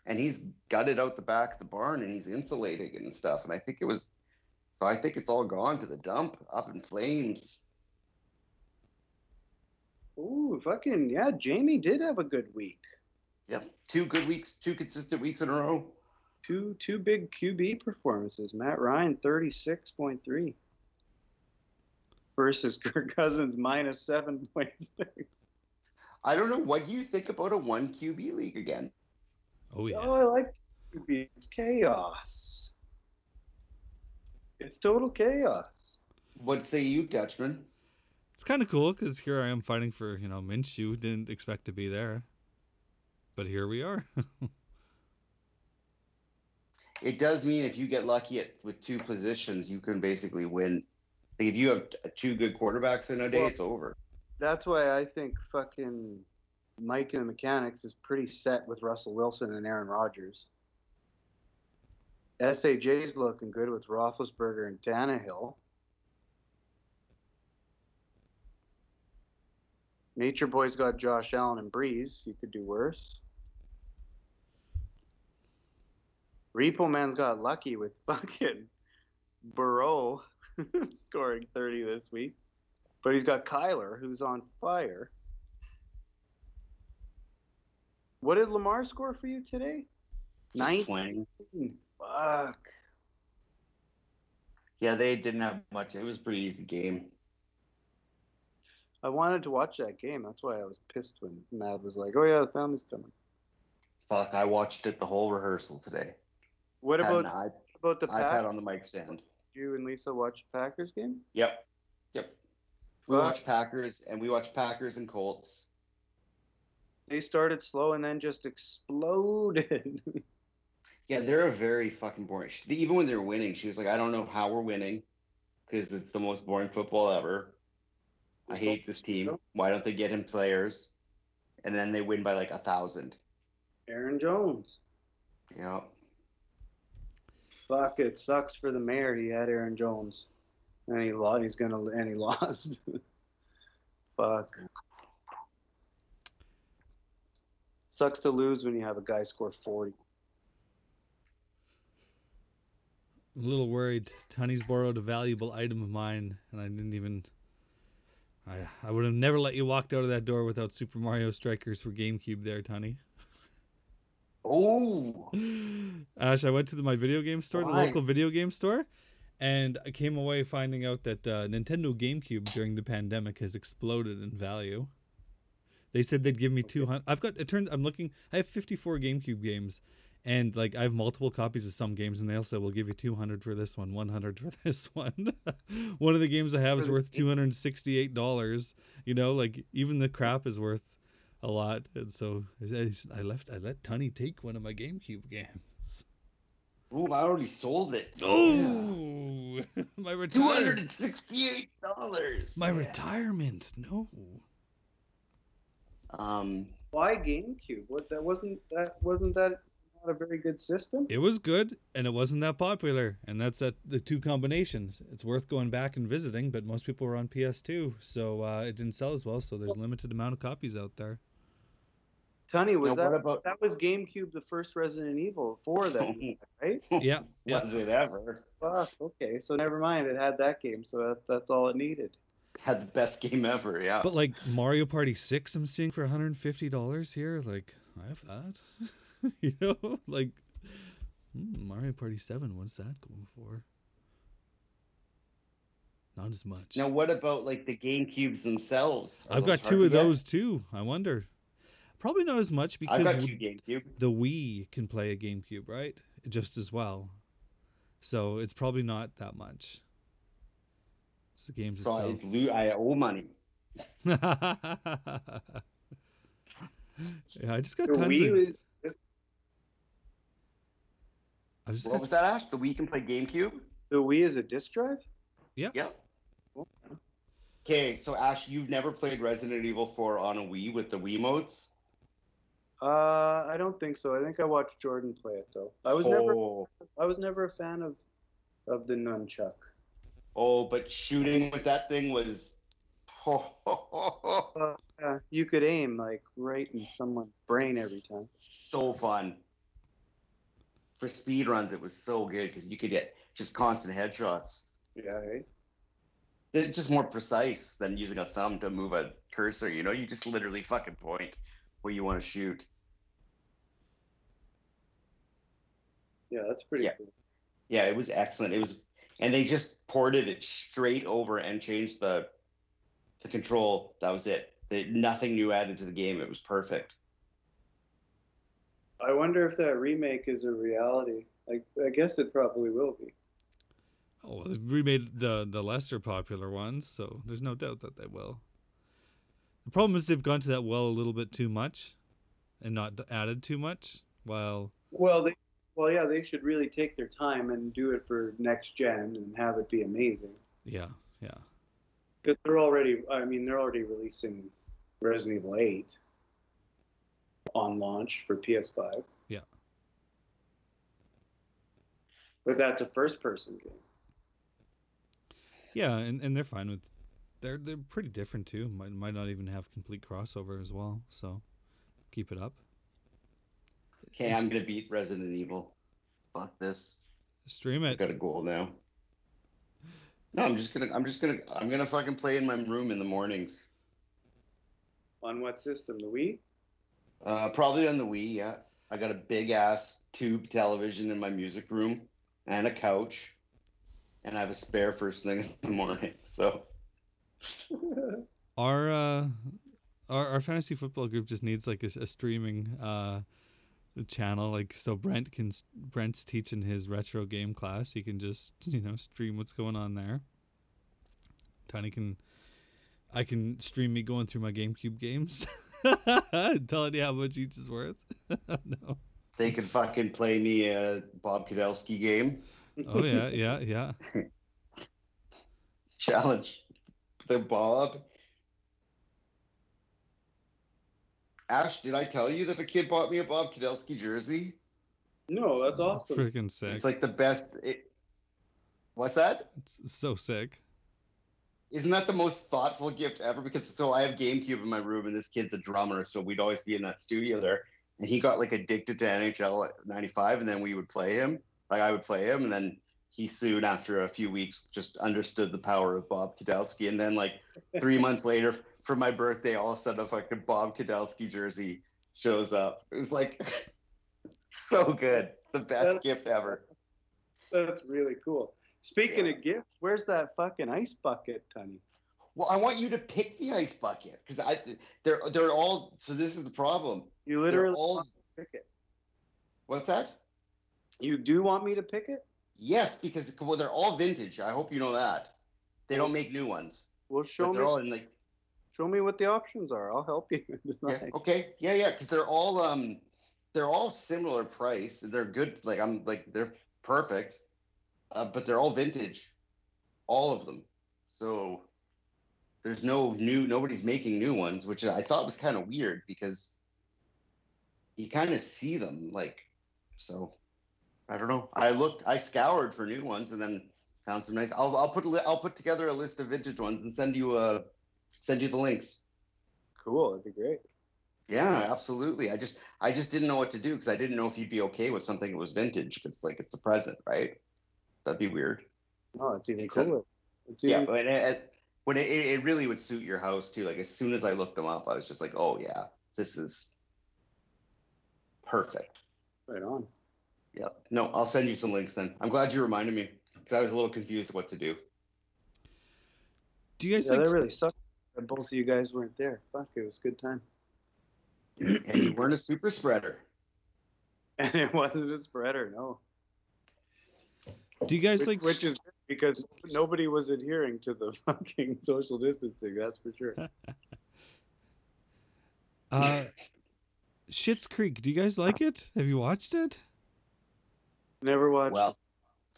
S3: and he's gutted out the back of the barn and he's insulating it and stuff. And I think it was. So I think it's all gone to the dump, up in flames.
S1: Ooh, fucking yeah! Jamie did have a good week.
S3: Yep, two good weeks, two consistent weeks in a row.
S1: Two two big QB performances. Matt Ryan thirty six point three versus Kirk Cousins minus seven point six.
S3: I don't know what do you think about a one QB league again.
S2: Oh, yeah.
S1: Oh, I like QB. It's chaos. It's total chaos.
S3: What say you, Dutchman?
S2: It's kind of cool because here I am fighting for, you know, Minshew. Didn't expect to be there. But here we are.
S3: It does mean if you get lucky at, with two positions, you can basically win. Like if you have t- two good quarterbacks in a day,
S1: Well-
S3: it's over.
S1: That's why I think fucking Mike and the Mechanics is pretty set with Russell Wilson and Aaron Rodgers. SAJ's looking good with Roethlisberger and Tannehill. Nature Boy's got Josh Allen and Breeze. You could do worse. Repo Man's got lucky with fucking Burrow *laughs* scoring 30 this week. But he's got Kyler, who's on fire. What did Lamar score for you today?
S3: Just
S1: 19.
S3: 20.
S1: Fuck.
S3: Yeah, they didn't have much. It was a pretty easy game.
S1: I wanted to watch that game. That's why I was pissed when Mad was like, oh, yeah, the family's coming.
S3: Fuck, I watched it the whole rehearsal today.
S1: What
S3: Had
S1: about,
S3: an i-
S1: about the Packers?
S3: iPad on the mic stand.
S1: You and Lisa watch the Packers game?
S3: Yep. Yep. We
S1: Fuck.
S3: watched Packers and we watched Packers and Colts.
S1: They started slow and then just exploded. *laughs*
S3: Yeah, they're a very fucking boring. She, even when they're winning, she was like, "I don't know how we're winning, because it's the most boring football ever. I hate this team. Why don't they get him players?" And then they win by like a thousand.
S1: Aaron Jones.
S4: Yeah.
S1: Fuck, it sucks for the mayor. He had Aaron Jones, and he lost. He's gonna and he *laughs* lost. Fuck. Sucks to lose when you have a guy score forty.
S2: I'm a little worried. Tunny's borrowed a valuable item of mine, and I didn't even. I I would have never let you walked out of that door without Super Mario Strikers for GameCube. There, Tunny.
S3: Oh,
S2: *laughs* Ash, I went to the, my video game store, the
S3: Why?
S2: local video game store, and I came away finding out that uh, Nintendo GameCube during the pandemic has exploded in value. They said they'd give me
S1: Okay.
S2: 200. I've got, it turns, I'm looking, I have 54 GameCube games, and like I have multiple copies of some games, and they all said, we'll give you 200 for this one, 100 for *laughs* this one. one of the games I have is
S1: For the
S2: worth
S1: game?
S2: $268. You know, like even the crap is worth a lot, and so I I left. I let Tony take one of my GameCube games.
S3: Ooh, I already sold it.
S2: Oh, *laughs* my
S3: Two hundred
S2: retirement!
S3: and sixty-eight dollars.
S2: My retirement. No,
S1: *laughs*
S4: Um,
S1: Why GameCube? What that wasn't that wasn't that not a very good system?
S2: it was good, and it wasn't that popular, and that's that the two combinations. It's worth going back and visiting, but most people were on PS2, so uh, it didn't sell as well. So there's a limited amount of copies out
S3: *laughs*
S2: there.
S1: Tunny was
S4: Now,
S1: that
S4: what about-
S1: that was GameCube the first Resident Evil four that
S4: *laughs*
S1: right?
S2: Yeah, yeah.
S3: Was it ever?
S1: Fuck. Okay, so never mind. It had that game, so that, that's all it needed.
S3: Had the best game ever. Yeah.
S2: But like Mario Party Six, I'm seeing for 150 dollars here. Like I have that, *laughs* you know. Like hmm, Mario Party Seven, what's that going for? Not as much.
S3: now, what about like the GameCubes themselves? Are
S2: I've
S3: those
S2: got two
S3: hard
S2: of
S3: to get?
S2: those too. I wonder. Probably not as much
S3: I've
S2: because
S3: got two
S2: w-
S3: GameCubes.
S2: the Wii can play a GameCube, right? Just as well. So it's probably not that much. It's the games
S3: So I, lo- I owe money.
S2: itself. *laughs* yeah, I just got
S1: The
S2: tons
S1: Wii
S2: of.
S1: was-
S2: I just
S3: What
S2: got
S3: was that, Ash? The Wii can play GameCube?
S1: The Wii is a disc drive?
S3: Yep.
S1: Cool.
S3: Okay, so Ash, you've never played Resident Evil 4 on a Wii with the Wii modes?
S1: Uh, I don't think so. I think I watched Jordan play it though. I was never
S3: oh,
S1: I was never a fan of of the nunchuck.
S3: oh, but shooting with that thing was. *laughs* oh,
S1: Yeah, you could aim like right in someone's brain every time.
S3: so fun. For speed runs, it was so good because you could get just constant headshots.
S1: Yeah, right?
S3: It's just more precise than using a thumb to move a cursor. You know, you just literally fucking point where you want to shoot.
S1: Yeah, that's pretty
S3: Yeah.
S1: cool.
S3: Yeah, it was excellent. It was, and they just ported it straight over and changed the the control. That was it. They, nothing new added to the game. It was perfect.
S1: I wonder if that remake is a reality. Like I guess it probably will be.
S2: Oh, well, they remade the the lesser popular ones, so there's no doubt that they will. The problem is they've gone to that well a little bit too much, and not d- added too much. While
S1: Well, they well, yeah, they should really take their time and do it for next gen and have it be amazing.
S2: yeah, yeah,
S1: Because they're already, I mean, they're already releasing Resident Evil 8 on launch for PS5.
S2: Yeah.
S1: But that's a first person game.
S2: yeah, and, and they're fine with. They're they're pretty different too. Might might not even have complete crossover as well. So keep it up.
S3: Okay, I'm gonna beat Resident Evil. Fuck this.
S2: Stream
S3: I
S2: it.
S3: got a goal now. No, I'm just gonna. I'm just gonna. I'm gonna fucking play in my room in the mornings.
S1: On what system? The Wii?
S3: Uh, probably on the Wii. Yeah, I got a big ass tube television in my music room and a couch, and I have a spare first thing in the morning. *laughs* So.
S2: Our uh, our our fantasy football group just needs like a, s- a streaming uh channel like so Brent can s- Brent's teaching his retro game class he can just you know stream what's going on there Tony can I can stream me going through my GaMeCube games *laughs* telling you how much each is worth *laughs* no
S3: They could fucking play me a Bob Kadelski game *laughs*
S2: oh yeah yeah yeah
S3: challenge. The Bob. Ash, did I tell you that the kid bought me a Bob Kadelski jersey?
S1: No, Oh, that's awesome.
S2: Freaking sick.
S3: It's like the best. It, what's that?
S2: It's so sick.
S3: Isn't that the most thoughtful gift ever? Because so I have GameCube in my room, and this kid's a drummer, so we'd always be in that studio there. And he got like addicted to NHL '95, and then we would play him. Like I would play him, and then he soon, after a few weeks, just understood the power of Bob Kadowski. And then like three *laughs* months later, for my birthday, all of a sudden a fucking Bob Kadowski jersey shows up. It was like *laughs* so good, the best gift ever.
S1: That's really cool. Speaking
S3: Yeah.
S1: of gifts, where's that fucking ice bucket, Tony?
S3: Well, I want you to pick the ice bucket because I they're they're all so this is the problem.
S1: You
S3: They're
S1: literally
S3: all-
S1: want me to pick it.
S3: What's that?
S1: You do want me to pick it?
S3: Yes, because well, they're all vintage. I hope you know that. They don't make new ones.
S1: Well,
S3: But
S1: show me.
S3: they're all in like
S1: show me what the options are. I'll help you. *laughs* It's not
S3: yeah,
S1: like-
S3: okay, yeah, yeah, because they're all um they're all similar price. They're good. Like I'm like they're perfect, uh, but they're all vintage, all of them. So there's no new. Nobody's making new ones, which I thought was kind of weird because you kind of see them like so. I don't know. I looked. I scoured for new ones and then found some nice. I'll I'll put a li- I'll put together a list of vintage ones and send you a send you the links.
S1: cool. It'd be great.
S3: Yeah, absolutely. I just I just didn't know what to do because I didn't know if he'd be okay with something that was vintage because like it's a present, right? That'd be weird.
S1: No, Oh, it's even
S3: Except-
S1: cooler. It's
S3: Yeah,
S1: even,
S3: but it, it, when it, it really would suit your house too. Like as soon as I looked them up, I was just like, oh yeah, this is perfect.
S1: Right on.
S3: Yeah. No, I'll send you some links then. I'm glad you reminded me because I was a little confused what to do.
S2: Do you guys
S1: Yeah, that
S2: like
S1: really sucked. That both of you guys weren't there. Fuck, it was a good time. *laughs*
S3: And you weren't a super spreader.
S1: And it wasn't a spreader, no.
S2: do you guys
S1: Which,
S2: like
S1: which is good because nobody was adhering to the *laughs* fucking social distancing. That's for sure.
S2: uh Shits Creek? Do you guys like it? Have you watched it?
S1: Never watched.
S3: Well,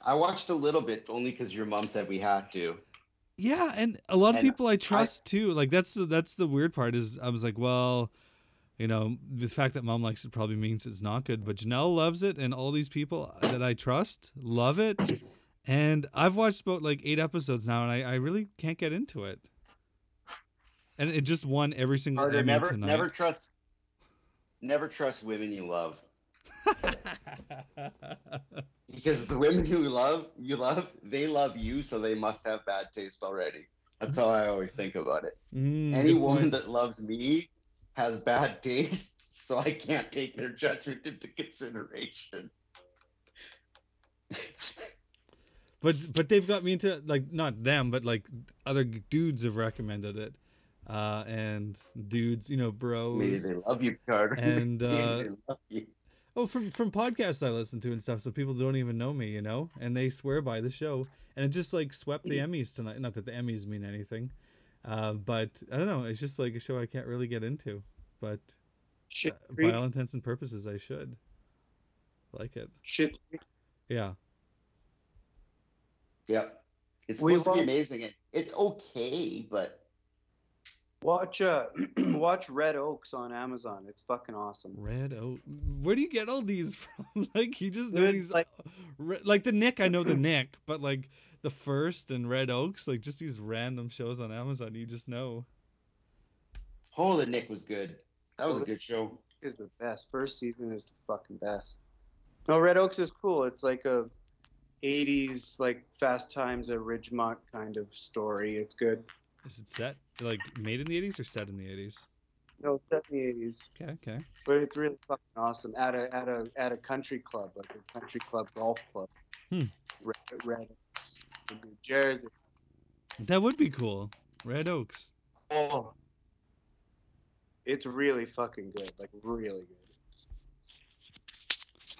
S3: I watched a little bit only because your mom said we had to.
S2: Yeah, and a lot of
S3: And
S2: people I trust too. Like that's the that's the weird part is I was like, well, you know, the fact that mom likes it probably means it's not good, but Janelle loves it and all these people that I trust love it. And I've watched about like eight episodes now and I, I really can't get into it. And it just won every single
S3: Carter,
S2: Emmy
S3: never
S2: tonight.
S3: never trust never trust women you love. Because the women who love you love, they love you, so they must have bad taste already. That's how I always think about it.
S2: Mm,
S3: Any
S2: good
S3: woman
S2: point.
S3: that loves me has bad taste, *laughs* so I can't take their judgment into consideration. *laughs*
S2: but but they've got me into like not them but like other g- dudes have recommended it uh and dudes you know
S3: Maybe
S2: bros
S3: they love you, Carter.
S2: and
S3: *laughs* Maybe
S2: uh
S3: they love you.
S2: oh from from podcasts i listen to and stuff so people don't even know me you know and they swear by the show and it just like swept the emmys tonight not that the emmys mean anything uh but i don't know it's just like a show i can't really get into but uh,
S1: Shit
S2: by
S1: Creek.
S2: all intents and purposes i should like it
S1: Shit Creek.
S2: yeah
S3: Yep. It's
S1: We
S3: supposed to be
S1: love-
S3: amazing. It, it's okay, but
S1: Watch uh, *clears throat* watch Red Oaks on Amazon. It's fucking awesome.
S2: Red oak. Where do you get all these *laughs* from? like you just know
S1: There's,
S2: these, uh,
S1: like-
S2: re- like the Nick. I know the Nick, but like the first and Red Oaks, like just these random shows on Amazon. You just know.
S3: Holy oh, Nick was good. That was a good show.
S1: is the best. First season is the fucking best. No, Red Oaks is cool. It's like a 80s, like Fast Times at Ridgemont kind of story. It's good.
S2: Is it set like made in the eighties or set in the eighties?
S1: No, it's set in the 80s,
S2: Okay, okay.
S1: but it's really fucking awesome. At a at a at a country club, like a country club golf club.
S2: Hmm.
S1: Red, Red Oaks in New Jersey.
S2: That would be cool. Red Oaks.
S1: Oh, it's really fucking good. Like really
S2: *laughs*
S1: good.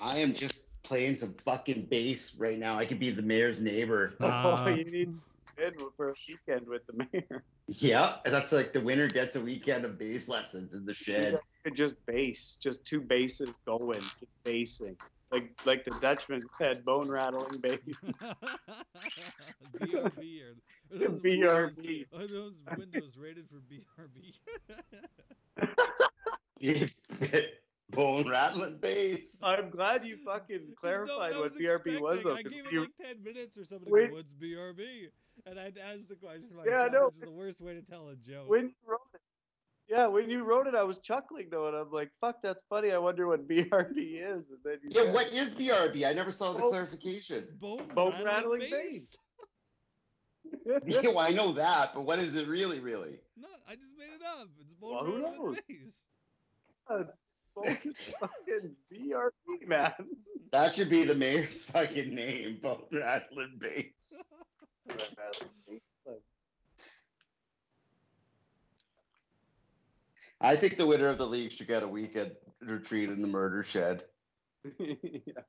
S3: I am just playing some fucking bass right now. I could be the mayor's neighbor.
S1: Oh,
S2: Ah. *laughs*
S1: you need Good for a weekend with the mayor. *laughs*
S3: Yeah, and that's like the winner gets a weekend of bass lessons in the shed.
S1: *laughs*
S3: *laughs*
S1: You could just bass, just two basses going, just basing. Like like the Dutchman said, bone rattling bass.
S2: BRB or are those
S1: BRB.
S2: windows- Are those windows rated for BRB?
S3: Bone bone rattling bass.
S1: I'm glad you
S2: *laughs*
S1: fucking clarified what BRB was. Though,
S2: I
S1: 'cause
S2: gave it
S1: you-
S2: like ten minutes or something.
S1: Wait.
S2: Wait. What's BRB? And I'd ask the question myself,
S1: Yeah, I know.
S2: which is the worst way to tell a joke.
S1: when you wrote it. Yeah, when you wrote it, I was chuckling though, and I'm like, "Fuck, that's funny." I wonder what *laughs* BRB is, and then you
S3: Yeah,
S1: said-
S3: what is BRB? I never saw the
S1: Oh.
S2: *laughs*
S3: clarification.
S2: Bone,
S1: Bone
S2: rattling,
S1: rattling
S2: bass.
S1: bass. *laughs*
S3: Yeah, *laughs* well, I know that, but what is it really, really?
S2: No, I just made it up. It's bone
S1: Well, who
S2: rattling
S1: knows?
S2: bass.
S1: fucking BRB, man.
S3: That should be the mayor's *laughs* fucking name, bone rattling bass. I think the winner of the league should get a weekend retreat in the murder shed.
S1: *laughs* yeah.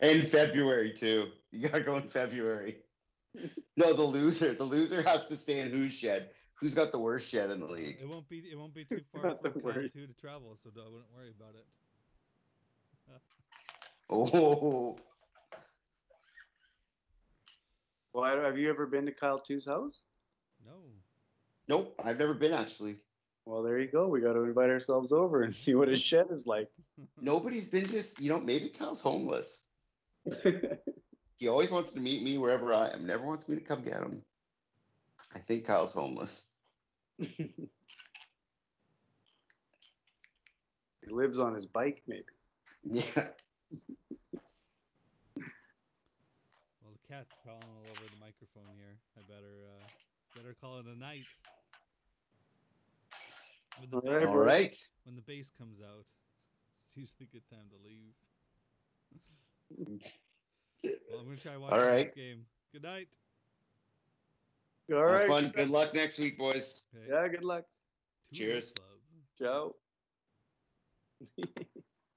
S3: In February too. You gotta go
S1: *laughs*
S3: in February. No, the loser. The loser has to stay in whose shed? Who's got the worst shed in the league?
S2: It won't be. It won't
S1: *laughs*
S2: be too far
S1: Not
S2: from
S1: the
S2: Cal
S1: worst.
S2: two to travel, so I wouldn't worry about it.
S3: Oh,
S1: Well, I don't- have you ever been to Kyle Two's house?
S2: No.
S3: nope. I've never been actually.
S1: Well, there you go. We got to invite ourselves over and see what his shed is
S3: *laughs*
S1: like.
S3: Nobody's been just. You know, maybe Kyle's homeless. He always wants to meet me wherever I am. Never wants me to come get him. I think Kyle's homeless. *laughs*
S1: he lives on his bike, maybe.
S3: Yeah.
S2: Well, the cat's crawling all over the microphone here. I better uh, better call it a night. When the,
S1: All
S2: bass,
S1: right,
S3: All right.
S2: when the bass comes out, *laughs* it's usually a good time to leave. well, I'm gonna try watching this
S3: right.
S2: game. Good night.
S1: All
S3: Have
S1: right.
S3: fun. Good luck next week, boys.
S2: Okay.
S1: Yeah, good luck. *laughs*
S2: Toodles
S3: Cheers.
S2: Club.
S1: Ciao.